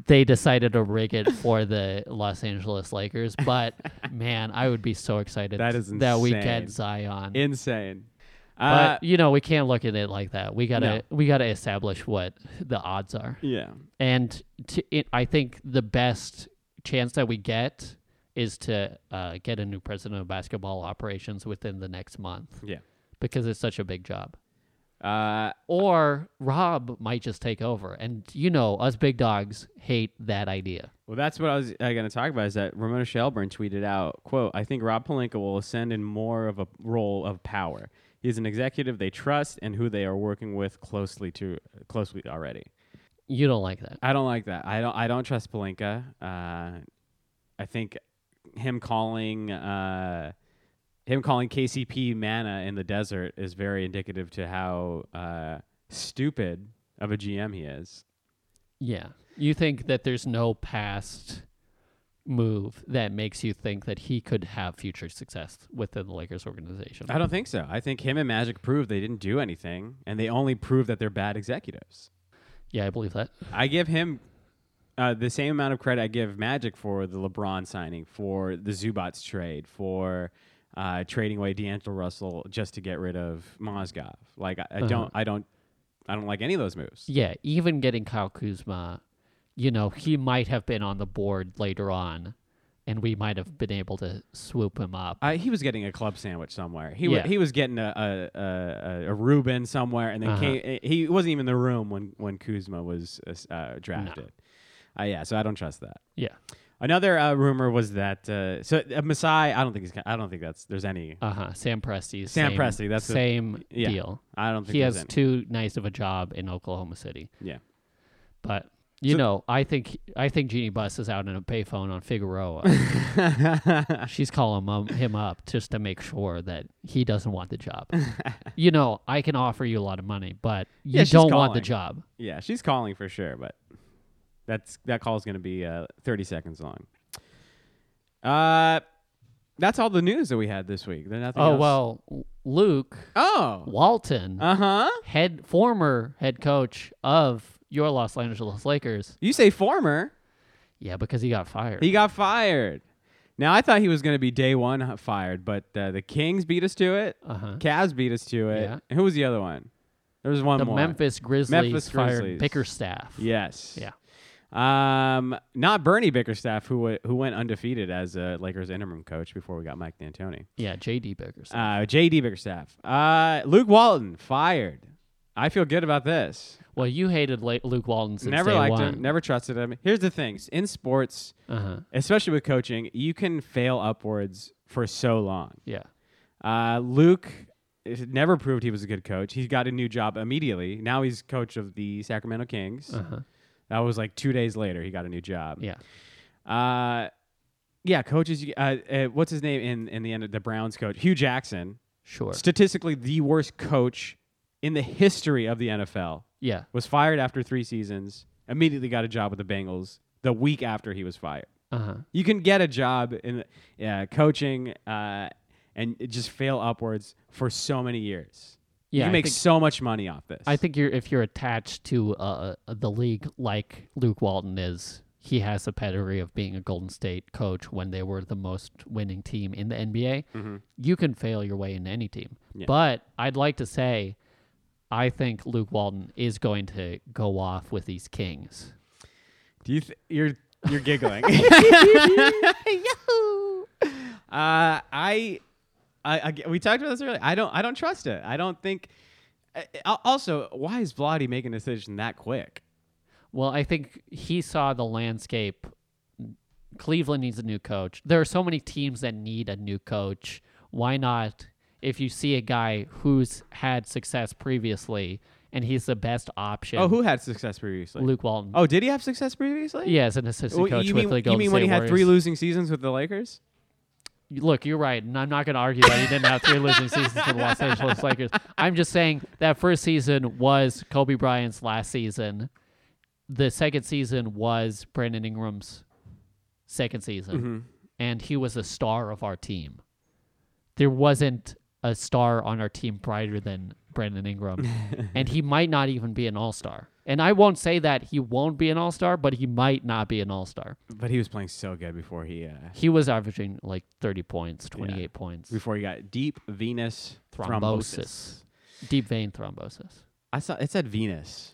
[SPEAKER 2] they decided to rig it for the Los Angeles Lakers. But man, I would be so excited
[SPEAKER 1] That is
[SPEAKER 2] that we
[SPEAKER 1] insane.
[SPEAKER 2] get Zion.
[SPEAKER 1] insane. Uh,
[SPEAKER 2] but you know, we can't look at it like that. We gotta
[SPEAKER 1] No.
[SPEAKER 2] we gotta establish what the odds are.
[SPEAKER 1] yeah,
[SPEAKER 2] And to, it, I think the best chance that we get is to uh, get a new president of basketball operations within the next month
[SPEAKER 1] yeah.
[SPEAKER 2] because it's such a big job.
[SPEAKER 1] Uh,
[SPEAKER 2] Or Rob might just take over. And, you know, us big dogs hate that idea.
[SPEAKER 1] Well, that's what I was uh, going to talk about. Is that Ramona Shelburne tweeted out, "quote I think Rob Palenka will ascend in more of a role of power. He's an executive they trust and who they are working with closely to closely already.
[SPEAKER 2] You don't like that.
[SPEAKER 1] I don't like that. I don't. I don't trust Palenka. Uh, I think him calling uh, him calling KCP mana in the desert is very indicative to how uh, stupid of a GM he is.
[SPEAKER 2] Yeah. You think that there's no past move that makes you think that he could have future success within the Lakers organization.
[SPEAKER 1] I don't think so. I think him and Magic proved they didn't do anything, and they only proved that they're bad executives.
[SPEAKER 2] Yeah, I believe that.
[SPEAKER 1] I give him uh, the same amount of credit I give Magic for the LeBron signing, for the Zubats trade, for uh, trading away D'Angelo Russell just to get rid of Mozgov. Like I, I don't, I don't, I don't like any of those moves.
[SPEAKER 2] Yeah, even getting Kyle Kuzma, you know, he might have been on the board later on, and we might have been able to swoop him up.
[SPEAKER 1] I, he was getting a club sandwich somewhere. He wa-
[SPEAKER 2] Yeah.
[SPEAKER 1] he was getting a a, a, a- a Reuben somewhere, and then
[SPEAKER 2] Uh-huh.
[SPEAKER 1] came, he wasn't even in the room when when Kuzma was uh, s- uh, drafted. Uh, yeah, so I don't trust that.
[SPEAKER 2] yeah.
[SPEAKER 1] Another uh, rumor was that uh, so uh, Masai. I don't think he's. I don't think that's there's any.
[SPEAKER 2] Uh huh. Sam Presti.
[SPEAKER 1] Sam
[SPEAKER 2] same,
[SPEAKER 1] Presti, that's the-
[SPEAKER 2] same
[SPEAKER 1] yeah.
[SPEAKER 2] deal.
[SPEAKER 1] I don't think
[SPEAKER 2] He
[SPEAKER 1] there's
[SPEAKER 2] has
[SPEAKER 1] any.
[SPEAKER 2] too nice of a job in Oklahoma City,
[SPEAKER 1] Yeah.
[SPEAKER 2] but you know, I think I think Jeannie Buss is out in a payphone
[SPEAKER 1] [LAUGHS]
[SPEAKER 2] on Figueroa. She's calling him, him up just to make sure that he doesn't want
[SPEAKER 1] [LAUGHS]
[SPEAKER 2] the job. you know, I can offer you a lot of money, but you
[SPEAKER 1] Yeah, she's
[SPEAKER 2] don't want the
[SPEAKER 1] calling.
[SPEAKER 2] job.
[SPEAKER 1] Yeah, she's calling for sure, but that's that call is going to be uh, 30 seconds long. Uh, that's all the news that we had this week. There's nothing
[SPEAKER 2] Oh
[SPEAKER 1] else.
[SPEAKER 2] well, Luke
[SPEAKER 1] Oh.
[SPEAKER 2] Walton,
[SPEAKER 1] Uh huh.
[SPEAKER 2] head former head coach of your Los Angeles Lakers.
[SPEAKER 1] You say former.
[SPEAKER 2] Yeah, because he got fired.
[SPEAKER 1] He got fired. Now I thought he was going to be day one h- fired, but uh, the Kings beat us to it.
[SPEAKER 2] Uh-huh.
[SPEAKER 1] Cavs beat us to it.
[SPEAKER 2] Yeah.
[SPEAKER 1] And who was the other one? There was one
[SPEAKER 2] the
[SPEAKER 1] more.
[SPEAKER 2] Memphis Grizzlies
[SPEAKER 1] Memphis
[SPEAKER 2] fired
[SPEAKER 1] Grizzlies.
[SPEAKER 2] Bickerstaff.
[SPEAKER 1] Yes.
[SPEAKER 2] Yeah.
[SPEAKER 1] Um, not Bernie Bickerstaff, who wa who went undefeated as a Lakers interim coach before we got Mike D'Antoni.
[SPEAKER 2] Yeah, JD Bickerstaff.
[SPEAKER 1] Uh, J.D. Bickerstaff. Uh, Luke Walton fired. I feel good about this.
[SPEAKER 2] well, you hated La- Luke Walton since
[SPEAKER 1] Uh, never
[SPEAKER 2] day
[SPEAKER 1] liked
[SPEAKER 2] one.
[SPEAKER 1] him. Never trusted him. Here's the thing: in sports,
[SPEAKER 2] Uh-huh.
[SPEAKER 1] especially with coaching, you can fail upwards for so long.
[SPEAKER 2] Yeah.
[SPEAKER 1] Uh, Luke is- never proved he was a good coach. He got a new job immediately. Now he's coach of the Sacramento Kings.
[SPEAKER 2] Uh-huh.
[SPEAKER 1] That was like two days later. He got a new job.
[SPEAKER 2] Yeah.
[SPEAKER 1] Uh, yeah, coaches. you- Uh, uh, what's his name in in the end of the Browns coach Hugh Jackson?
[SPEAKER 2] Sure.
[SPEAKER 1] Statistically, the worst coach in the history of the NFL
[SPEAKER 2] yeah.
[SPEAKER 1] was fired after three seasons. Immediately got a job with the Bengals the week after he was fired.
[SPEAKER 2] Uh-huh.
[SPEAKER 1] You can get a job in uh, coaching uh, and it just fail upwards for so many years.
[SPEAKER 2] Yeah,
[SPEAKER 1] you
[SPEAKER 2] I
[SPEAKER 1] can make
[SPEAKER 2] think-
[SPEAKER 1] so much money off this.
[SPEAKER 2] I think you're if you're attached to uh, the league like Luke Walton is, he has the pedigree of being a Golden State coach when they were the most winning team in the NBA. You can fail your way into any team, but I'd like to say, I think Luke Walton is going to go off with these Kings.
[SPEAKER 1] Do you th- you're you're
[SPEAKER 2] [LAUGHS]
[SPEAKER 1] giggling? Yahoo! Uh, I, I, I g- we talked about this earlier. I don't I don't trust it. I don't think. I- I- Also, why is Vladi making a decision that quick?
[SPEAKER 2] Well, I think he saw the landscape. Cleveland needs a new coach. There are so many teams that need a new coach. Why not, if you see a guy who's had success previously and he's the best option?
[SPEAKER 1] Oh, who had success previously?
[SPEAKER 2] Luke Walton.
[SPEAKER 1] Oh, did he have success previously?
[SPEAKER 2] yeah, as an assistant
[SPEAKER 1] Well,
[SPEAKER 2] coach
[SPEAKER 1] you
[SPEAKER 2] with
[SPEAKER 1] mean,
[SPEAKER 2] the
[SPEAKER 1] you
[SPEAKER 2] Golden
[SPEAKER 1] mean when
[SPEAKER 2] State
[SPEAKER 1] he had
[SPEAKER 2] Warriors.
[SPEAKER 1] three losing seasons with the Lakers?
[SPEAKER 2] Look, you're right, and I'm not going to argue that he didn't have three losing seasons for the Los Angeles Lakers. I'm just saying that first season was Kobe Bryant's last season. The second season was Brandon Ingram's second season, and he was a star of our team. There wasn't a star on our team brighter than Brandon Ingram, and he might not even be an All Star. And I won't say that he won't be an All Star, but he might not be an All Star.
[SPEAKER 1] But he was playing so good before he uh,
[SPEAKER 2] He was averaging like 30 points, 28 points.
[SPEAKER 1] before he got deep venous
[SPEAKER 2] Thrombosis.
[SPEAKER 1] thrombosis.
[SPEAKER 2] Deep vein thrombosis.
[SPEAKER 1] I saw it said venous.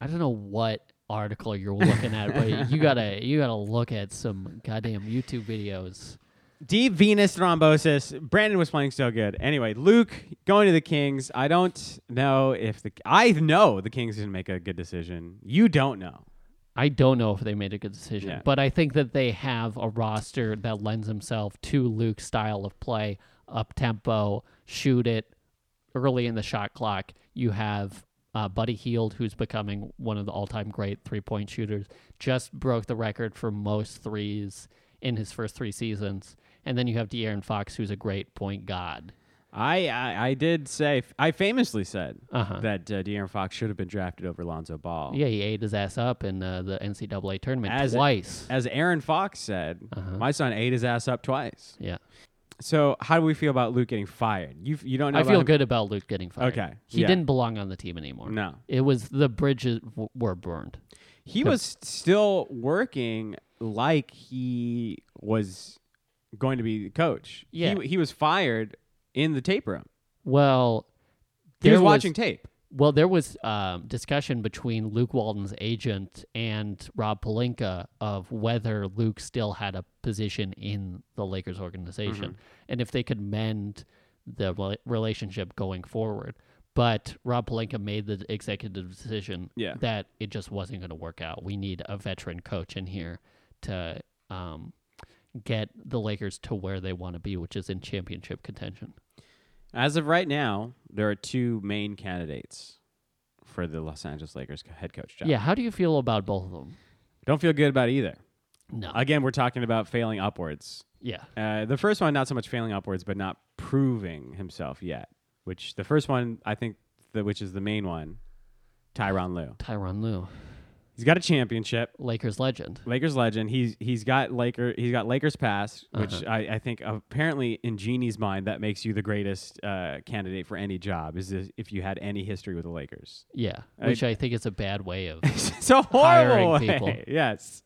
[SPEAKER 2] I don't know what article you're looking at, but you gotta you gotta look at some goddamn YouTube videos.
[SPEAKER 1] deep venous thrombosis. Brandon was playing so good. Anyway, Luke going to the Kings. I don't know if the I know the Kings didn't make a good decision. You don't know.
[SPEAKER 2] I don't know if they made a good decision,
[SPEAKER 1] Yeah.
[SPEAKER 2] but I think that they have a roster that lends himself to Luke's style of play, up tempo, shoot it early in the shot clock. You have uh, Buddy Heald, who's becoming one of the all-time great three-point shooters, just broke the record for most threes in his first three seasons, and then you have De'Aaron Fox, who's a great point god.
[SPEAKER 1] I I, I did say I famously said
[SPEAKER 2] Uh-huh.
[SPEAKER 1] that uh, De'Aaron Fox should have been drafted over Lonzo Ball.
[SPEAKER 2] Yeah, he ate his ass up in uh, the NCAA tournament
[SPEAKER 1] As-
[SPEAKER 2] twice.
[SPEAKER 1] As Aaron Fox said,
[SPEAKER 2] Uh-huh.
[SPEAKER 1] my son ate his ass up twice.
[SPEAKER 2] yeah,
[SPEAKER 1] So how do we feel about Luke getting fired? You you don't know.
[SPEAKER 2] I
[SPEAKER 1] about
[SPEAKER 2] feel
[SPEAKER 1] him-
[SPEAKER 2] good about Luke getting fired.
[SPEAKER 1] Okay,
[SPEAKER 2] he
[SPEAKER 1] yeah.
[SPEAKER 2] didn't belong on the team anymore.
[SPEAKER 1] No.
[SPEAKER 2] it was the bridges w- were burned.
[SPEAKER 1] He was still working like he was going to be the coach.
[SPEAKER 2] Yeah.
[SPEAKER 1] He, he was fired in the tape room.
[SPEAKER 2] Well,
[SPEAKER 1] He
[SPEAKER 2] there
[SPEAKER 1] was watching tape.
[SPEAKER 2] Well, there was um, discussion between Luke Walton's agent and Rob Palinka of whether Luke still had a position in the Lakers organization and if they could mend the rela- relationship going forward. But Rob Palinka made the executive decision
[SPEAKER 1] Yeah.
[SPEAKER 2] that it just wasn't going to work out. We need a veteran coach in here to um, get the Lakers to where they want to be, which is in championship contention.
[SPEAKER 1] As of right now, there are two main candidates for the Los Angeles Lakers co- head coach job.
[SPEAKER 2] Yeah, how do you feel about both of them?
[SPEAKER 1] Don't feel good about either.
[SPEAKER 2] No.
[SPEAKER 1] Again, we're talking about failing upwards.
[SPEAKER 2] yeah.
[SPEAKER 1] Uh, the first one, not so much failing upwards, but not proving himself yet. Which the first one, I think, the, which is the main one, Tyron Lue.
[SPEAKER 2] Tyron Lue.
[SPEAKER 1] He's got a championship.
[SPEAKER 2] Lakers legend.
[SPEAKER 1] Lakers legend. He's he's got Laker. He's got Lakers pass, which
[SPEAKER 2] Uh-huh.
[SPEAKER 1] I, I think apparently in Genie's mind that makes you the greatest uh, candidate for any job. Is this, if you had any history with the Lakers. [LAUGHS]
[SPEAKER 2] Yeah,
[SPEAKER 1] I-
[SPEAKER 2] which I, think is a bad
[SPEAKER 1] [LAUGHS]
[SPEAKER 2] way of.
[SPEAKER 1] it's a
[SPEAKER 2] Hiring
[SPEAKER 1] horrible way.
[SPEAKER 2] people.
[SPEAKER 1] [LAUGHS] Yes.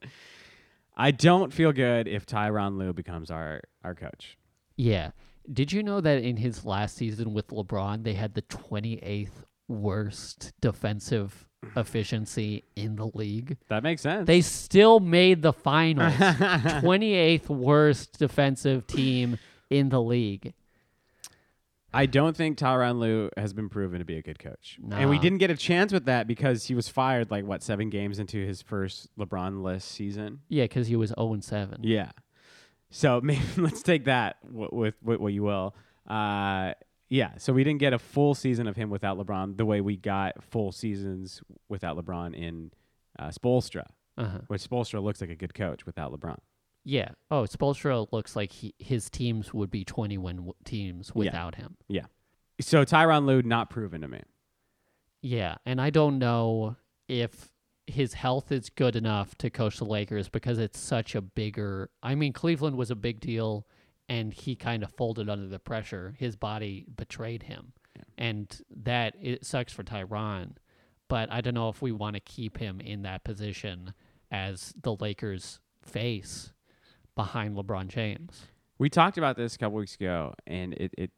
[SPEAKER 1] I don't feel good if Tyron Lue becomes our our coach.
[SPEAKER 2] yeah. Did you know that in his last season with LeBron, they had the 28th worst defensive
[SPEAKER 1] [SIGHS]
[SPEAKER 2] efficiency in the league?
[SPEAKER 1] That makes sense. [LAUGHS]
[SPEAKER 2] They still made the finals. 28th worst defensive team in the league.
[SPEAKER 1] I don't think Tyron Lue has been proven to be a good coach. And we
[SPEAKER 2] Nah.
[SPEAKER 1] didn't get a chance with that because he was fired like what, 7 games into his first LeBron-less season.
[SPEAKER 2] Yeah, because he was 0 7.
[SPEAKER 1] Yeah. So [LAUGHS] maybe let's take that w- with, with what you will. Uh, yeah. So we didn't get a full season of him without LeBron the way we got full seasons without LeBron in uh, Spolstra,
[SPEAKER 2] Uh-huh.
[SPEAKER 1] which Spolstra looks like a good coach without LeBron.
[SPEAKER 2] Yeah. Oh, Spolstra looks like he, his teams would be 20 win w- teams without him.
[SPEAKER 1] Yeah. So Tyron Lue not proven to me.
[SPEAKER 2] Yeah, and I don't know if his health is good enough to coach the Lakers because it's such a bigger. I mean, Cleveland was a big deal, and he kind of folded under the pressure. His body betrayed him, and that it sucks for Tyron. But I don't know if we want to keep him in that position as the Lakers' face behind LeBron James.
[SPEAKER 1] We talked about this a couple weeks ago, and it it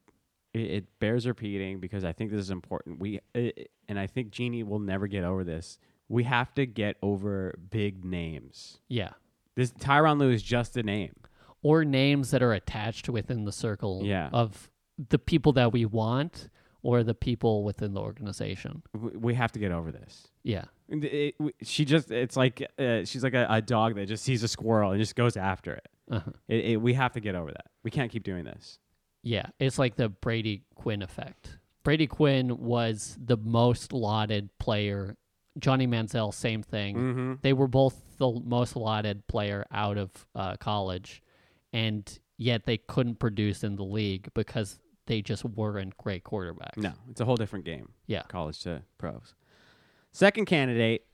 [SPEAKER 1] it- it bears repeating because I think this is important. We it, and I think Jeannie will never get over this. We have to get over big names.
[SPEAKER 2] Yeah,
[SPEAKER 1] This Tyron Lue is just a name.
[SPEAKER 2] or names that are attached within the circle
[SPEAKER 1] Yeah.
[SPEAKER 2] of the people that we want or the people within the organization.
[SPEAKER 1] W- We have to get over this.
[SPEAKER 2] Yeah.
[SPEAKER 1] And it- w- she just it's like uh, she's like a, a dog that just sees a squirrel and just goes after it.
[SPEAKER 2] Uh-huh.
[SPEAKER 1] It, it. We have to get over that. We can't keep doing this.
[SPEAKER 2] Yeah. It's like the Brady Quinn effect. Brady Quinn was the most lauded player. Johnny Manziel, same thing.
[SPEAKER 1] Mm-hmm.
[SPEAKER 2] They were both the most lauded player out of uh, college, and yet they couldn't produce in the league because they just weren't great quarterbacks.
[SPEAKER 1] No, it's a whole different game.
[SPEAKER 2] Yeah.
[SPEAKER 1] college to pros. Second candidate.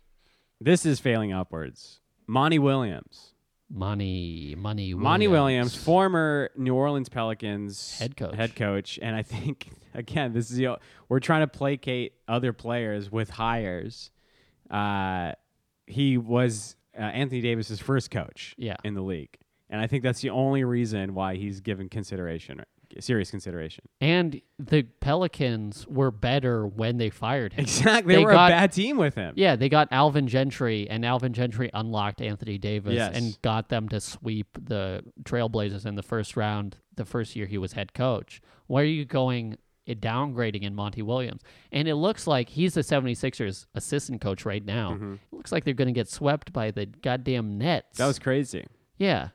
[SPEAKER 1] This is failing upwards. Monty Williams.
[SPEAKER 2] Money, money,
[SPEAKER 1] Monty Williams, former New Orleans Pelicans
[SPEAKER 2] Head coach.
[SPEAKER 1] Head coach, and I think [LAUGHS] again, this is the, we're trying to placate other players with hires. Uh, he was uh, Anthony Davis's first coach
[SPEAKER 2] Yeah.
[SPEAKER 1] in the league, and I think that's the only reason why he's given consideration, serious consideration. [LAUGHS]
[SPEAKER 2] And the Pelicans were better when they fired him.
[SPEAKER 1] Exactly, they,
[SPEAKER 2] They
[SPEAKER 1] were
[SPEAKER 2] got-
[SPEAKER 1] a bad team with him.
[SPEAKER 2] Yeah, they got Alvin Gentry, and Alvin Gentry unlocked Anthony Davis
[SPEAKER 1] Yes.
[SPEAKER 2] and got them to sweep the Trailblazers in the first round the first year he was head coach. Why are you going uh, downgrading in Monty Williams? And it looks like he's the 76ers assistant coach right now. It looks like they're going to get swept by the goddamn Nets.
[SPEAKER 1] Mm-hmm. That was crazy.
[SPEAKER 2] Yeah.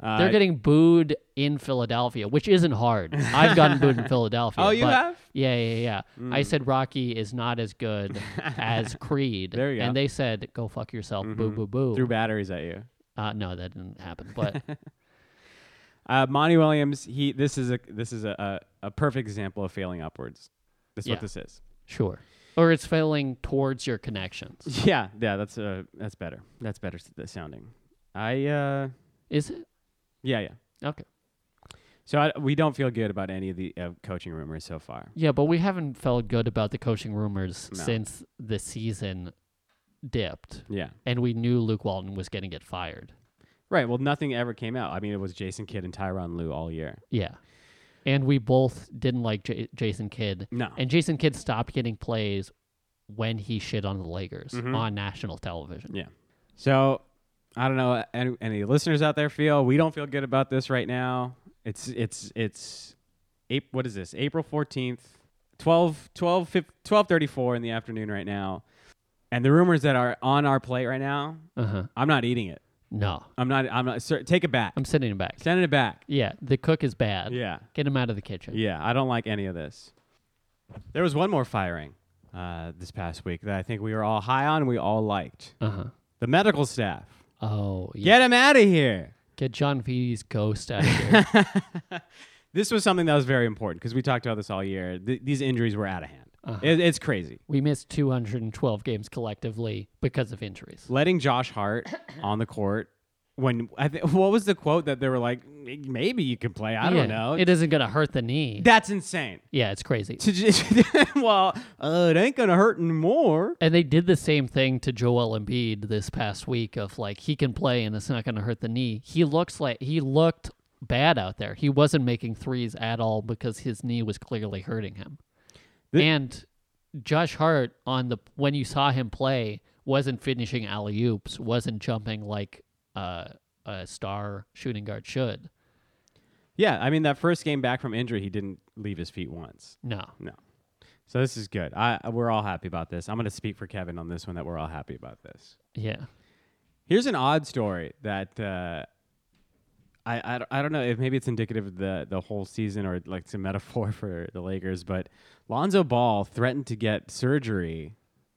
[SPEAKER 1] Uh,
[SPEAKER 2] They're getting booed in Philadelphia, which isn't hard. I've gotten
[SPEAKER 1] [LAUGHS]
[SPEAKER 2] booed in Philadelphia.
[SPEAKER 1] Oh, you
[SPEAKER 2] but-
[SPEAKER 1] have? Mm.
[SPEAKER 2] Yeah, yeah, yeah. I said Rocky is not
[SPEAKER 1] [LAUGHS]
[SPEAKER 2] as good as Creed.
[SPEAKER 1] There you go. Mm-hmm.
[SPEAKER 2] And they said, "Go fuck yourself." Boo, boo, boo.
[SPEAKER 1] threw batteries at you.
[SPEAKER 2] uh, no, that
[SPEAKER 1] [LAUGHS]
[SPEAKER 2] didn't happen. But
[SPEAKER 1] Uh, Monty Williams, he this is a this is a, a, a perfect example of failing upwards. That's
[SPEAKER 2] Yeah.
[SPEAKER 1] what this is.
[SPEAKER 2] sure. Or it's failing towards your connections.
[SPEAKER 1] Yeah, yeah, that's uh that's better. That's better s- the sounding. I uh
[SPEAKER 2] Is it
[SPEAKER 1] yeah, yeah.
[SPEAKER 2] okay?
[SPEAKER 1] So I, we don't feel good about any of the uh, coaching rumors so far.
[SPEAKER 2] Yeah, but we haven't felt good about the coaching rumors
[SPEAKER 1] No.
[SPEAKER 2] since the season dipped,
[SPEAKER 1] Yeah.
[SPEAKER 2] and we knew Luke Walton was going to get fired.
[SPEAKER 1] Right. Well, nothing ever came out. I mean, it was Jason Kidd and Tyron Lue all year.
[SPEAKER 2] Yeah. And we both didn't like J- Jason Kidd.
[SPEAKER 1] No.
[SPEAKER 2] And Jason Kidd stopped getting plays when he shit on the Lakers
[SPEAKER 1] Mm-hmm.
[SPEAKER 2] on national television.
[SPEAKER 1] Yeah. So I don't know uh, any, any listeners out there feel we don't feel good about this right now. It's it's it's April, what is this? April 14th, 12 12 12:34 in the afternoon right now. And the rumors that are on our plate right now,
[SPEAKER 2] Uh huh.
[SPEAKER 1] I'm not eating it.
[SPEAKER 2] No,
[SPEAKER 1] I'm not I'm not sir, take it back.
[SPEAKER 2] I'm sending him back.
[SPEAKER 1] Send it back.
[SPEAKER 2] Yeah, the cook is bad.
[SPEAKER 1] Yeah.
[SPEAKER 2] Get him out of the kitchen.
[SPEAKER 1] Yeah, I don't like any of this. There was one more firing uh, this past week that I think we were all high on and we all liked.
[SPEAKER 2] Uh huh.
[SPEAKER 1] The medical staff.
[SPEAKER 2] Oh, yeah.
[SPEAKER 1] Get him out of here.
[SPEAKER 2] Get John V's ghost out of [LAUGHS] here.
[SPEAKER 1] this was something that was very important because we talked about this all year. Th- these injuries were out of hand.
[SPEAKER 2] Uh-huh.
[SPEAKER 1] It- it's crazy.
[SPEAKER 2] we missed 212 games collectively because of injuries.
[SPEAKER 1] Letting Josh
[SPEAKER 2] [COUGHS]
[SPEAKER 1] Hart on the court when I think what was the quote that they were like, maybe you could play. I
[SPEAKER 2] Yeah,
[SPEAKER 1] don't know.
[SPEAKER 2] It isn't going to hurt the knee.
[SPEAKER 1] That's insane.
[SPEAKER 2] yeah, it's crazy.
[SPEAKER 1] To [LAUGHS] just, well, uh, it ain't gonna hurt anymore.
[SPEAKER 2] And they did the same thing to Joel Embiid this past week of like he can play and it's not going to hurt the knee. He looks like he looked bad out there. He wasn't making threes at all because his knee was clearly hurting him.
[SPEAKER 1] Thi-
[SPEAKER 2] and Josh Hart on the when you saw him play wasn't finishing alley oops, wasn't jumping like uh, a star shooting guard should.
[SPEAKER 1] Yeah, I mean that first game back from injury, he didn't leave his feet once.
[SPEAKER 2] No.
[SPEAKER 1] No. So this is good. I we're all happy about this. I'm gonna speak for Kevin on this one that we're all happy about this.
[SPEAKER 2] Yeah.
[SPEAKER 1] Here's an odd story that uh, I, I don't- I don't know if maybe it's indicative of the the whole season or like it's a metaphor [LAUGHS] for the Lakers, but Lonzo Ball threatened to get surgery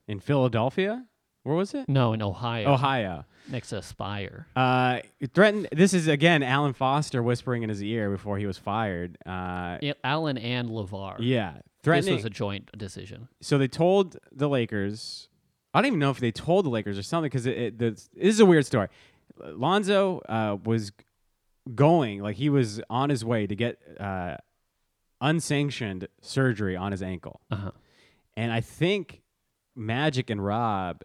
[SPEAKER 1] in Philadelphia. Where was it?
[SPEAKER 2] No, in Ohio
[SPEAKER 1] Ohio.
[SPEAKER 2] next to Spire.
[SPEAKER 1] Uh, it threatened. This is again Alan Foster whispering in his ear before he was fired. Uh,
[SPEAKER 2] Yeah, Allen and LeVar.
[SPEAKER 1] yeah,
[SPEAKER 2] This
[SPEAKER 1] threatening.
[SPEAKER 2] was a joint decision.
[SPEAKER 1] so they told the Lakers. I don't even know if they told the Lakers or something because it, it, the, this is a weird story. Lonzo uh, was going like he was on his way to get uh, unsanctioned surgery on his ankle,
[SPEAKER 2] Uh-huh.
[SPEAKER 1] and I think Magic and Rob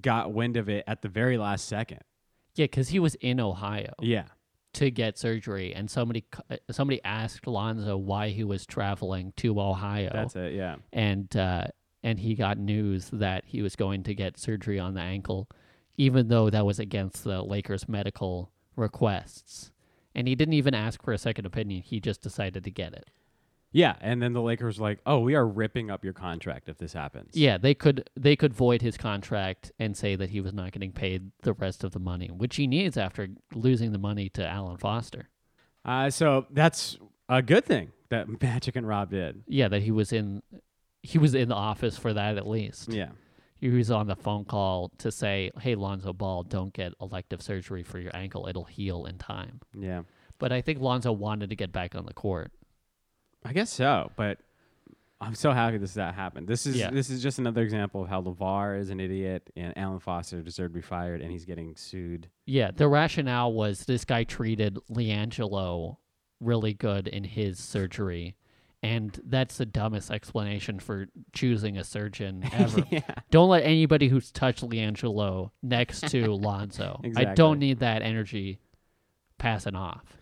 [SPEAKER 1] got wind of it at the very last second.
[SPEAKER 2] Yeah, because he was in Ohio
[SPEAKER 1] Yeah,
[SPEAKER 2] to get surgery, and somebody c- uh, somebody asked Lonzo why he was traveling to Ohio,
[SPEAKER 1] that's it. Yeah,
[SPEAKER 2] and uh, and he got news that he was going to get surgery on the ankle, even though that was against the Lakers' medical requests, and he didn't even ask for a second opinion. He just decided to get it.
[SPEAKER 1] yeah. And then the Lakers were like, "Oh, we are ripping up your contract if this happens."
[SPEAKER 2] Yeah, they could they could void his contract and say that he was not getting paid the rest of the money, which he needs after losing the money to Alan Foster.
[SPEAKER 1] Uh, so that's a good thing that [LAUGHS] Magic and Rob did.
[SPEAKER 2] Yeah, that he was in he was in the office for that at least.
[SPEAKER 1] Yeah.
[SPEAKER 2] He was on the phone call to say, "Hey Lonzo Ball, don't get elective surgery for your ankle. It'll heal in time."
[SPEAKER 1] Yeah.
[SPEAKER 2] But I think Lonzo wanted to get back on the court.
[SPEAKER 1] I guess so, but I'm so happy this that happened. This is
[SPEAKER 2] Yeah.
[SPEAKER 1] this is just another example of how LeVar is an idiot and Alan Foster deserved to be fired and he's getting sued.
[SPEAKER 2] Yeah, the rationale was this guy treated Leangelo really good in his surgery. And that's the dumbest explanation for choosing a
[SPEAKER 1] [LAUGHS]
[SPEAKER 2] surgeon ever. Don't let anybody who's touched Leangelo next to
[SPEAKER 1] [LAUGHS]
[SPEAKER 2] Lonzo. I
[SPEAKER 1] Exactly.
[SPEAKER 2] don't need that energy passing off.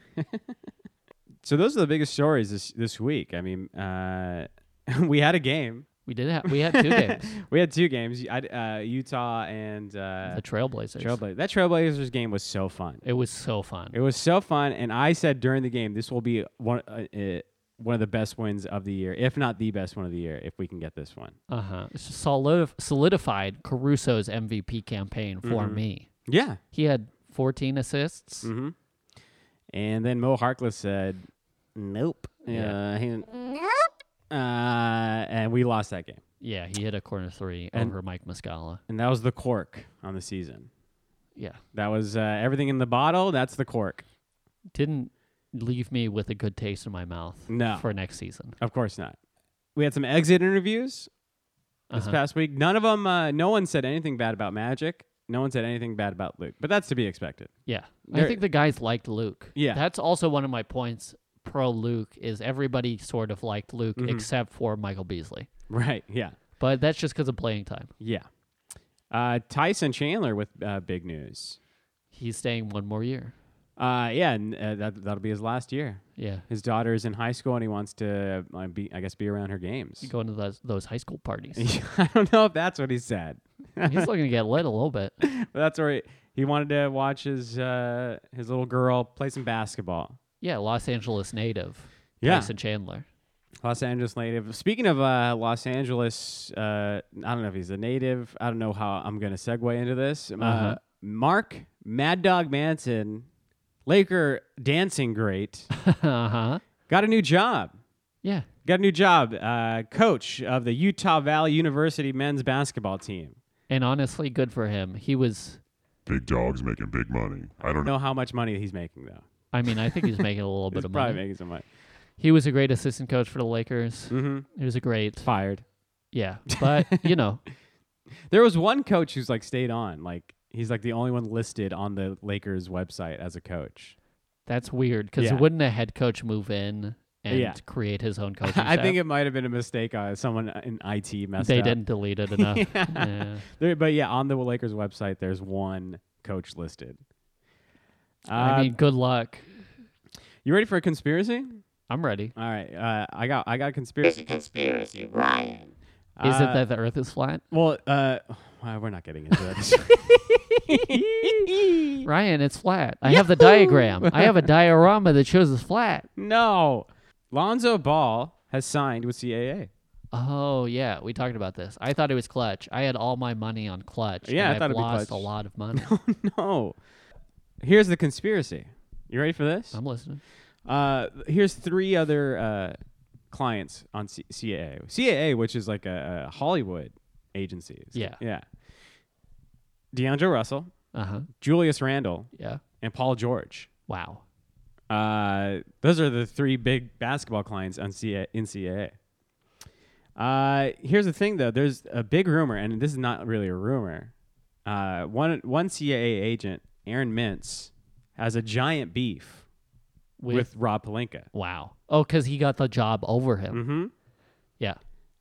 [SPEAKER 1] So those are the biggest stories this this week. I mean, uh, [LAUGHS] we had a game.
[SPEAKER 2] We did have we had
[SPEAKER 1] [LAUGHS]
[SPEAKER 2] two games.
[SPEAKER 1] We had two games. I, uh, Utah and uh,
[SPEAKER 2] The Trailblazers.
[SPEAKER 1] Trailblazers. That Trailblazers game was so fun.
[SPEAKER 2] It was so fun.
[SPEAKER 1] It was so fun, and I said during the game, this will be one uh, uh, one of the best wins of the year, if not the best one of the year, if we can get this one.
[SPEAKER 2] Uh huh. Solidif- solidified Caruso's MVP campaign for
[SPEAKER 1] Mm-hmm.
[SPEAKER 2] me.
[SPEAKER 1] Yeah.
[SPEAKER 2] He had 14 assists.
[SPEAKER 1] Mm-hmm. And then Mo Harkless said, "Nope."
[SPEAKER 2] Yeah.
[SPEAKER 1] Yeah. he didn't- Uh, and we lost that game,
[SPEAKER 2] Yeah, he hit a corner three
[SPEAKER 1] And-
[SPEAKER 2] over Mike Muscala.
[SPEAKER 1] and that was the cork on the season.
[SPEAKER 2] Yeah.
[SPEAKER 1] That was uh, everything in the bottle. That's the cork.
[SPEAKER 2] Didn't leave me with a good taste in my mouth
[SPEAKER 1] No.
[SPEAKER 2] for next season.
[SPEAKER 1] Of course not. We had some exit interviews this
[SPEAKER 2] Uh-huh.
[SPEAKER 1] past week. None of them. Uh, no one said anything bad about Magic. No one said anything bad about Luke. But that's to be expected.
[SPEAKER 2] Yeah. I
[SPEAKER 1] There-
[SPEAKER 2] think the guys liked Luke.
[SPEAKER 1] Yeah.
[SPEAKER 2] That's also one of my points pro Luke is everybody sort of liked Luke
[SPEAKER 1] Mm-hmm.
[SPEAKER 2] except for Michael Beasley.
[SPEAKER 1] Right. Yeah.
[SPEAKER 2] But that's just because of playing time.
[SPEAKER 1] Yeah. Uh, Tyson Chandler with uh, big news.
[SPEAKER 2] He's staying one more year.
[SPEAKER 1] Uh, yeah, and, uh, that that'll be his last year.
[SPEAKER 2] Yeah.
[SPEAKER 1] His daughter is in high school, and he wants to uh, be, I guess, be around her [LAUGHS] games.
[SPEAKER 2] Going to those, those high school
[SPEAKER 1] [LAUGHS]
[SPEAKER 2] parties.
[SPEAKER 1] I don't know if that's what he said.
[SPEAKER 2] He's looking to get lit a little bit.
[SPEAKER 1] But that's where he, he wanted to watch his uh, his little girl play some basketball.
[SPEAKER 2] Yeah, Los Angeles native.
[SPEAKER 1] Yeah.
[SPEAKER 2] Tyson Chandler. [LAUGHS]
[SPEAKER 1] Los Angeles native. Speaking of uh, Los Angeles, uh, I don't know if he's a native. I don't know how I'm going to segue into this. Uh,
[SPEAKER 2] Uh-huh.
[SPEAKER 1] Mark Mad Dog Manson, Laker dancing great,
[SPEAKER 2] uh huh.
[SPEAKER 1] got a new job.
[SPEAKER 2] Yeah.
[SPEAKER 1] Got a new job, uh, coach of the Utah Valley University men's basketball team.
[SPEAKER 2] And honestly, good for him. He was,
[SPEAKER 5] Big dog's making big money. I don't know.
[SPEAKER 1] Know how much money he's making though.
[SPEAKER 2] I mean, I think he's making
[SPEAKER 1] [LAUGHS]
[SPEAKER 2] a little
[SPEAKER 1] He's
[SPEAKER 2] bit of
[SPEAKER 1] probably
[SPEAKER 2] money.
[SPEAKER 1] making some money.
[SPEAKER 2] He was a great assistant coach for the Lakers.
[SPEAKER 1] hmm
[SPEAKER 2] He was a great,
[SPEAKER 1] Fired. [LAUGHS]
[SPEAKER 2] yeah. But, you know,
[SPEAKER 1] There was one coach who's like stayed on. Like he's like the only one listed on the Lakers website as a coach.
[SPEAKER 2] that's weird because
[SPEAKER 1] Yeah.
[SPEAKER 2] wouldn't a head coach move in and
[SPEAKER 1] Yeah.
[SPEAKER 2] create his own coaching
[SPEAKER 1] [LAUGHS] I
[SPEAKER 2] staff?
[SPEAKER 1] think it might have been a mistake. Uh, someone in IT messed
[SPEAKER 2] they
[SPEAKER 1] up.
[SPEAKER 2] didn't delete it
[SPEAKER 1] [LAUGHS]
[SPEAKER 2] enough.
[SPEAKER 1] Yeah.
[SPEAKER 2] Yeah.
[SPEAKER 1] There- but yeah, on the Lakers website, there's one coach listed. Uh,
[SPEAKER 2] I mean, good luck.
[SPEAKER 1] you ready for a conspiracy?
[SPEAKER 2] I'm ready.
[SPEAKER 1] All right, uh, I got I got a conspiracy.
[SPEAKER 6] conspiracy, Ryan.
[SPEAKER 2] Is
[SPEAKER 1] Uh,
[SPEAKER 2] it that the Earth is flat?
[SPEAKER 1] Well, uh, [SIGHS] well, we're not getting
[SPEAKER 2] [LAUGHS]
[SPEAKER 1] into that. [LAUGHS]
[SPEAKER 2] Ryan, it's flat. I have the diagram. I
[SPEAKER 1] [LAUGHS]
[SPEAKER 2] have a diorama that shows it's flat.
[SPEAKER 1] no, Lonzo Ball has signed with CAA.
[SPEAKER 2] Oh yeah, we talked about this. I thought it was clutch. I had all my money on clutch.
[SPEAKER 1] Yeah, I
[SPEAKER 2] and
[SPEAKER 1] thought
[SPEAKER 2] I've
[SPEAKER 1] it'd be
[SPEAKER 2] lost
[SPEAKER 1] Clutch.
[SPEAKER 2] a lot of
[SPEAKER 1] [LAUGHS]
[SPEAKER 2] money.
[SPEAKER 1] [LAUGHS] no. Here's the conspiracy. You ready for this?
[SPEAKER 2] I'm listening.
[SPEAKER 1] Uh, here's three other uh, clients on C- CAA. CAA, which is like a, a Hollywood agency. It's like-
[SPEAKER 2] Yeah.
[SPEAKER 1] Yeah. DeAndre Russell,
[SPEAKER 2] Uh huh.
[SPEAKER 1] Julius Randle,
[SPEAKER 2] Yeah.
[SPEAKER 1] and Paul George.
[SPEAKER 2] Wow.
[SPEAKER 1] Uh, those are the three big basketball clients on CA- in CAA. Uh, here's the thing, though. There's a big rumor, and this is not really a rumor. Uh, one one CAA agent, Aaron Mintz, has a giant beef
[SPEAKER 2] With,
[SPEAKER 1] with Rob Palenka.
[SPEAKER 2] wow. Oh, because he got the job over him.
[SPEAKER 1] Mm-hmm.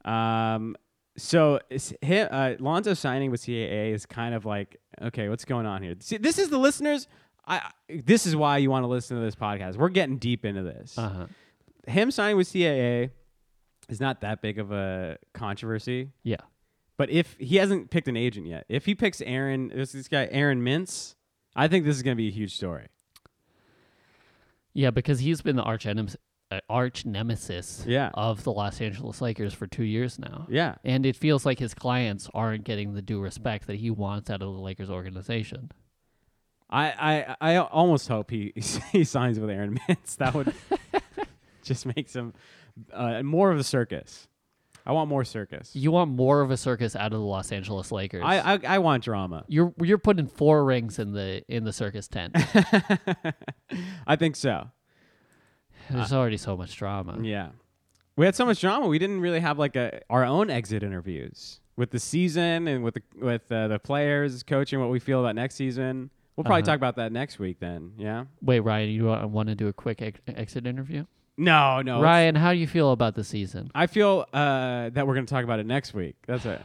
[SPEAKER 2] Yeah.
[SPEAKER 1] Um, so it's him, uh, Lonzo signing with CAA is kind of like, okay, what's going on here? See, this is the listeners. I this is why you want to listen to this podcast. We're getting deep into this.
[SPEAKER 2] Uh huh.
[SPEAKER 1] Him signing with CAA is not that big of a controversy,
[SPEAKER 2] Yeah.
[SPEAKER 1] but if he hasn't picked an agent yet, if he picks Aaron, this, this guy Aaron Mintz, I think this is going to be a huge story.
[SPEAKER 2] Yeah, because he's been the arch enem- uh, arch nemesis.
[SPEAKER 1] Yeah.
[SPEAKER 2] Of the Los Angeles Lakers for two years now.
[SPEAKER 1] Yeah,
[SPEAKER 2] And it feels like his clients aren't getting the due respect that he wants out of the Lakers organization.
[SPEAKER 1] I I, I almost hope he [LAUGHS] he signs with Aaron Mintz. That would just makes him uh, more of a circus. I want more circus.
[SPEAKER 2] You want more of a circus out of the Los Angeles Lakers.
[SPEAKER 1] I, I I want drama. [LAUGHS]
[SPEAKER 2] you're you're putting four rings in the in the circus tent.
[SPEAKER 1] I think so.
[SPEAKER 2] There's already so much drama.
[SPEAKER 1] Yeah, we had so much drama. We didn't really have like a our own exit interviews with the season and with the with uh, the players, coaching, what we feel about next season. We'll probably
[SPEAKER 2] Uh-huh.
[SPEAKER 1] talk about that next week then. Yeah.
[SPEAKER 2] Wait, Ryan, you want, want to do a quick ex- exit interview?
[SPEAKER 1] No, no. it's-
[SPEAKER 2] Ryan, how do you feel about the season?
[SPEAKER 1] I feel uh, that we're going to talk about it next week. That's it.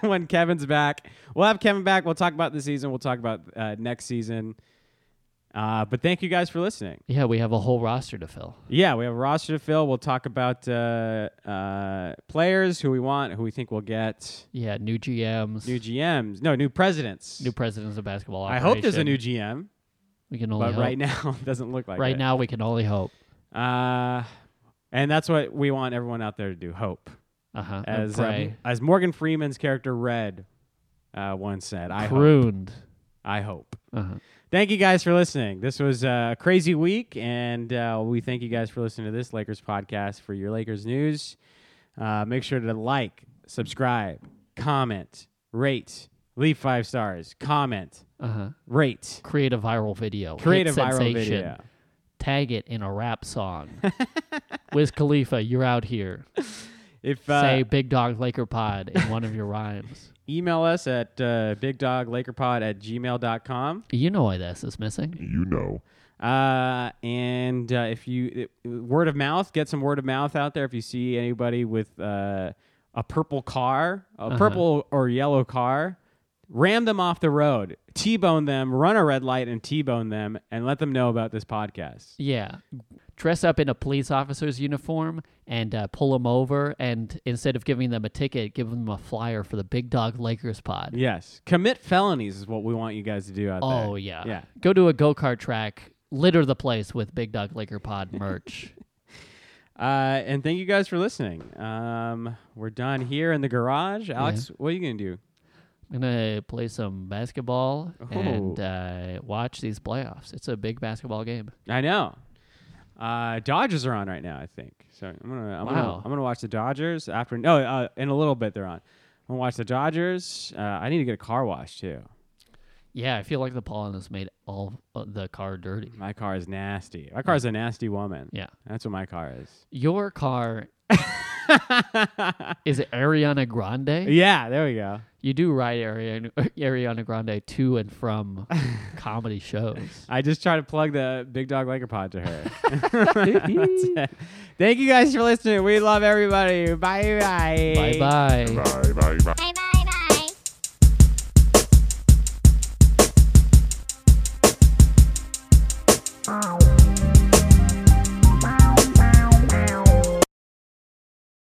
[SPEAKER 1] [LAUGHS] when Kevin's back, we'll have Kevin back. We'll talk about the season. We'll talk about uh, next season. Uh, but thank you guys for listening.
[SPEAKER 2] Yeah, we have a whole roster to fill.
[SPEAKER 1] Yeah, we have a roster to fill. We'll talk about uh, uh, players who we want, who we think we'll get,
[SPEAKER 2] Yeah, new GMs,
[SPEAKER 1] new GMs, no, new presidents.
[SPEAKER 2] new presidents of basketball.
[SPEAKER 1] I hope there's a
[SPEAKER 2] operation.
[SPEAKER 1] new GM,
[SPEAKER 2] We can only
[SPEAKER 1] but
[SPEAKER 2] hope.
[SPEAKER 1] right now [LAUGHS] it doesn't look like
[SPEAKER 2] right
[SPEAKER 1] it.
[SPEAKER 2] now we can only hope.
[SPEAKER 1] Uh, and that's what we want everyone out there to do. Hope.
[SPEAKER 2] Uh huh.
[SPEAKER 1] as um,
[SPEAKER 2] pray.
[SPEAKER 1] as Morgan Freeman's character Red uh, once said. I hope.
[SPEAKER 2] Pruned.
[SPEAKER 1] I hope.
[SPEAKER 2] Uh huh.
[SPEAKER 1] Thank you guys for listening. This was uh, a crazy week, and uh, we thank you guys for listening to this Lakers podcast for your Lakers news. Uh, make sure to like, subscribe, comment, rate, leave five stars, comment,
[SPEAKER 2] Uh huh.
[SPEAKER 1] rate,
[SPEAKER 2] Create a viral video. Hit
[SPEAKER 1] create a viral
[SPEAKER 2] sensation.
[SPEAKER 1] video.
[SPEAKER 2] Tag it in a
[SPEAKER 1] [LAUGHS]
[SPEAKER 2] rap song. Wiz Khalifa, you're out here.
[SPEAKER 1] If uh,
[SPEAKER 2] Say Big Dog Laker Pod in one of your rhymes.
[SPEAKER 1] email us at uh, bigdoglakerpod at gmail.com.
[SPEAKER 2] You know why this is missing.
[SPEAKER 5] You know.
[SPEAKER 1] Uh, and uh, if you it, word of mouth, get some word of mouth out there. If you
[SPEAKER 2] Uh-huh.
[SPEAKER 1] see anybody with uh, a purple car, a purple or yellow car, ram them off the road, T bone them, run a red light and T bone them, and let them know about this podcast.
[SPEAKER 2] Yeah. Dress up in a police officer's uniform and uh, pull them over. And instead of giving them a ticket, give them a flyer for the Big Dog Lakers pod.
[SPEAKER 1] Yes. Commit felonies is what we want you guys to do out there.
[SPEAKER 2] Oh, yeah.
[SPEAKER 1] Yeah.
[SPEAKER 2] Go to a go kart track, litter the place with Big Dog Laker pod [LAUGHS] merch.
[SPEAKER 1] Uh, and thank you guys for listening. Um, we're done here in the garage. Alex, what are you going to do?
[SPEAKER 2] I'm going to play some basketball and
[SPEAKER 1] Oh.
[SPEAKER 2] uh, watch these playoffs. It's a big basketball game.
[SPEAKER 1] I know. Uh, Dodgers are on right now, I think. So I'm gonna I'm gonna,
[SPEAKER 2] Wow.
[SPEAKER 1] I'm gonna watch the Dodgers after. No, uh, in a little bit they're on. I'm gonna watch the Dodgers. Uh, I need to get a car wash too.
[SPEAKER 2] Yeah, I feel like the pollen has made all uh, the car dirty.
[SPEAKER 1] My car is nasty. My car's a nasty woman.
[SPEAKER 2] Yeah.
[SPEAKER 1] that's what my car
[SPEAKER 2] [LAUGHS] Your car
[SPEAKER 1] is.
[SPEAKER 2] is it Ariana Grande?
[SPEAKER 1] yeah, there we go.
[SPEAKER 2] You do ride Ariana, [LAUGHS] Ariana Grande to and
[SPEAKER 1] [LAUGHS]
[SPEAKER 2] from comedy shows.
[SPEAKER 1] I just try to plug the Big Dog Laker pod to
[SPEAKER 2] [LAUGHS]
[SPEAKER 1] her. [LAUGHS] That's it. Thank you guys for listening. We love everybody. Bye bye.
[SPEAKER 2] Bye bye.
[SPEAKER 5] Bye, bye, bye.
[SPEAKER 6] Bye bye bye.
[SPEAKER 5] Ow.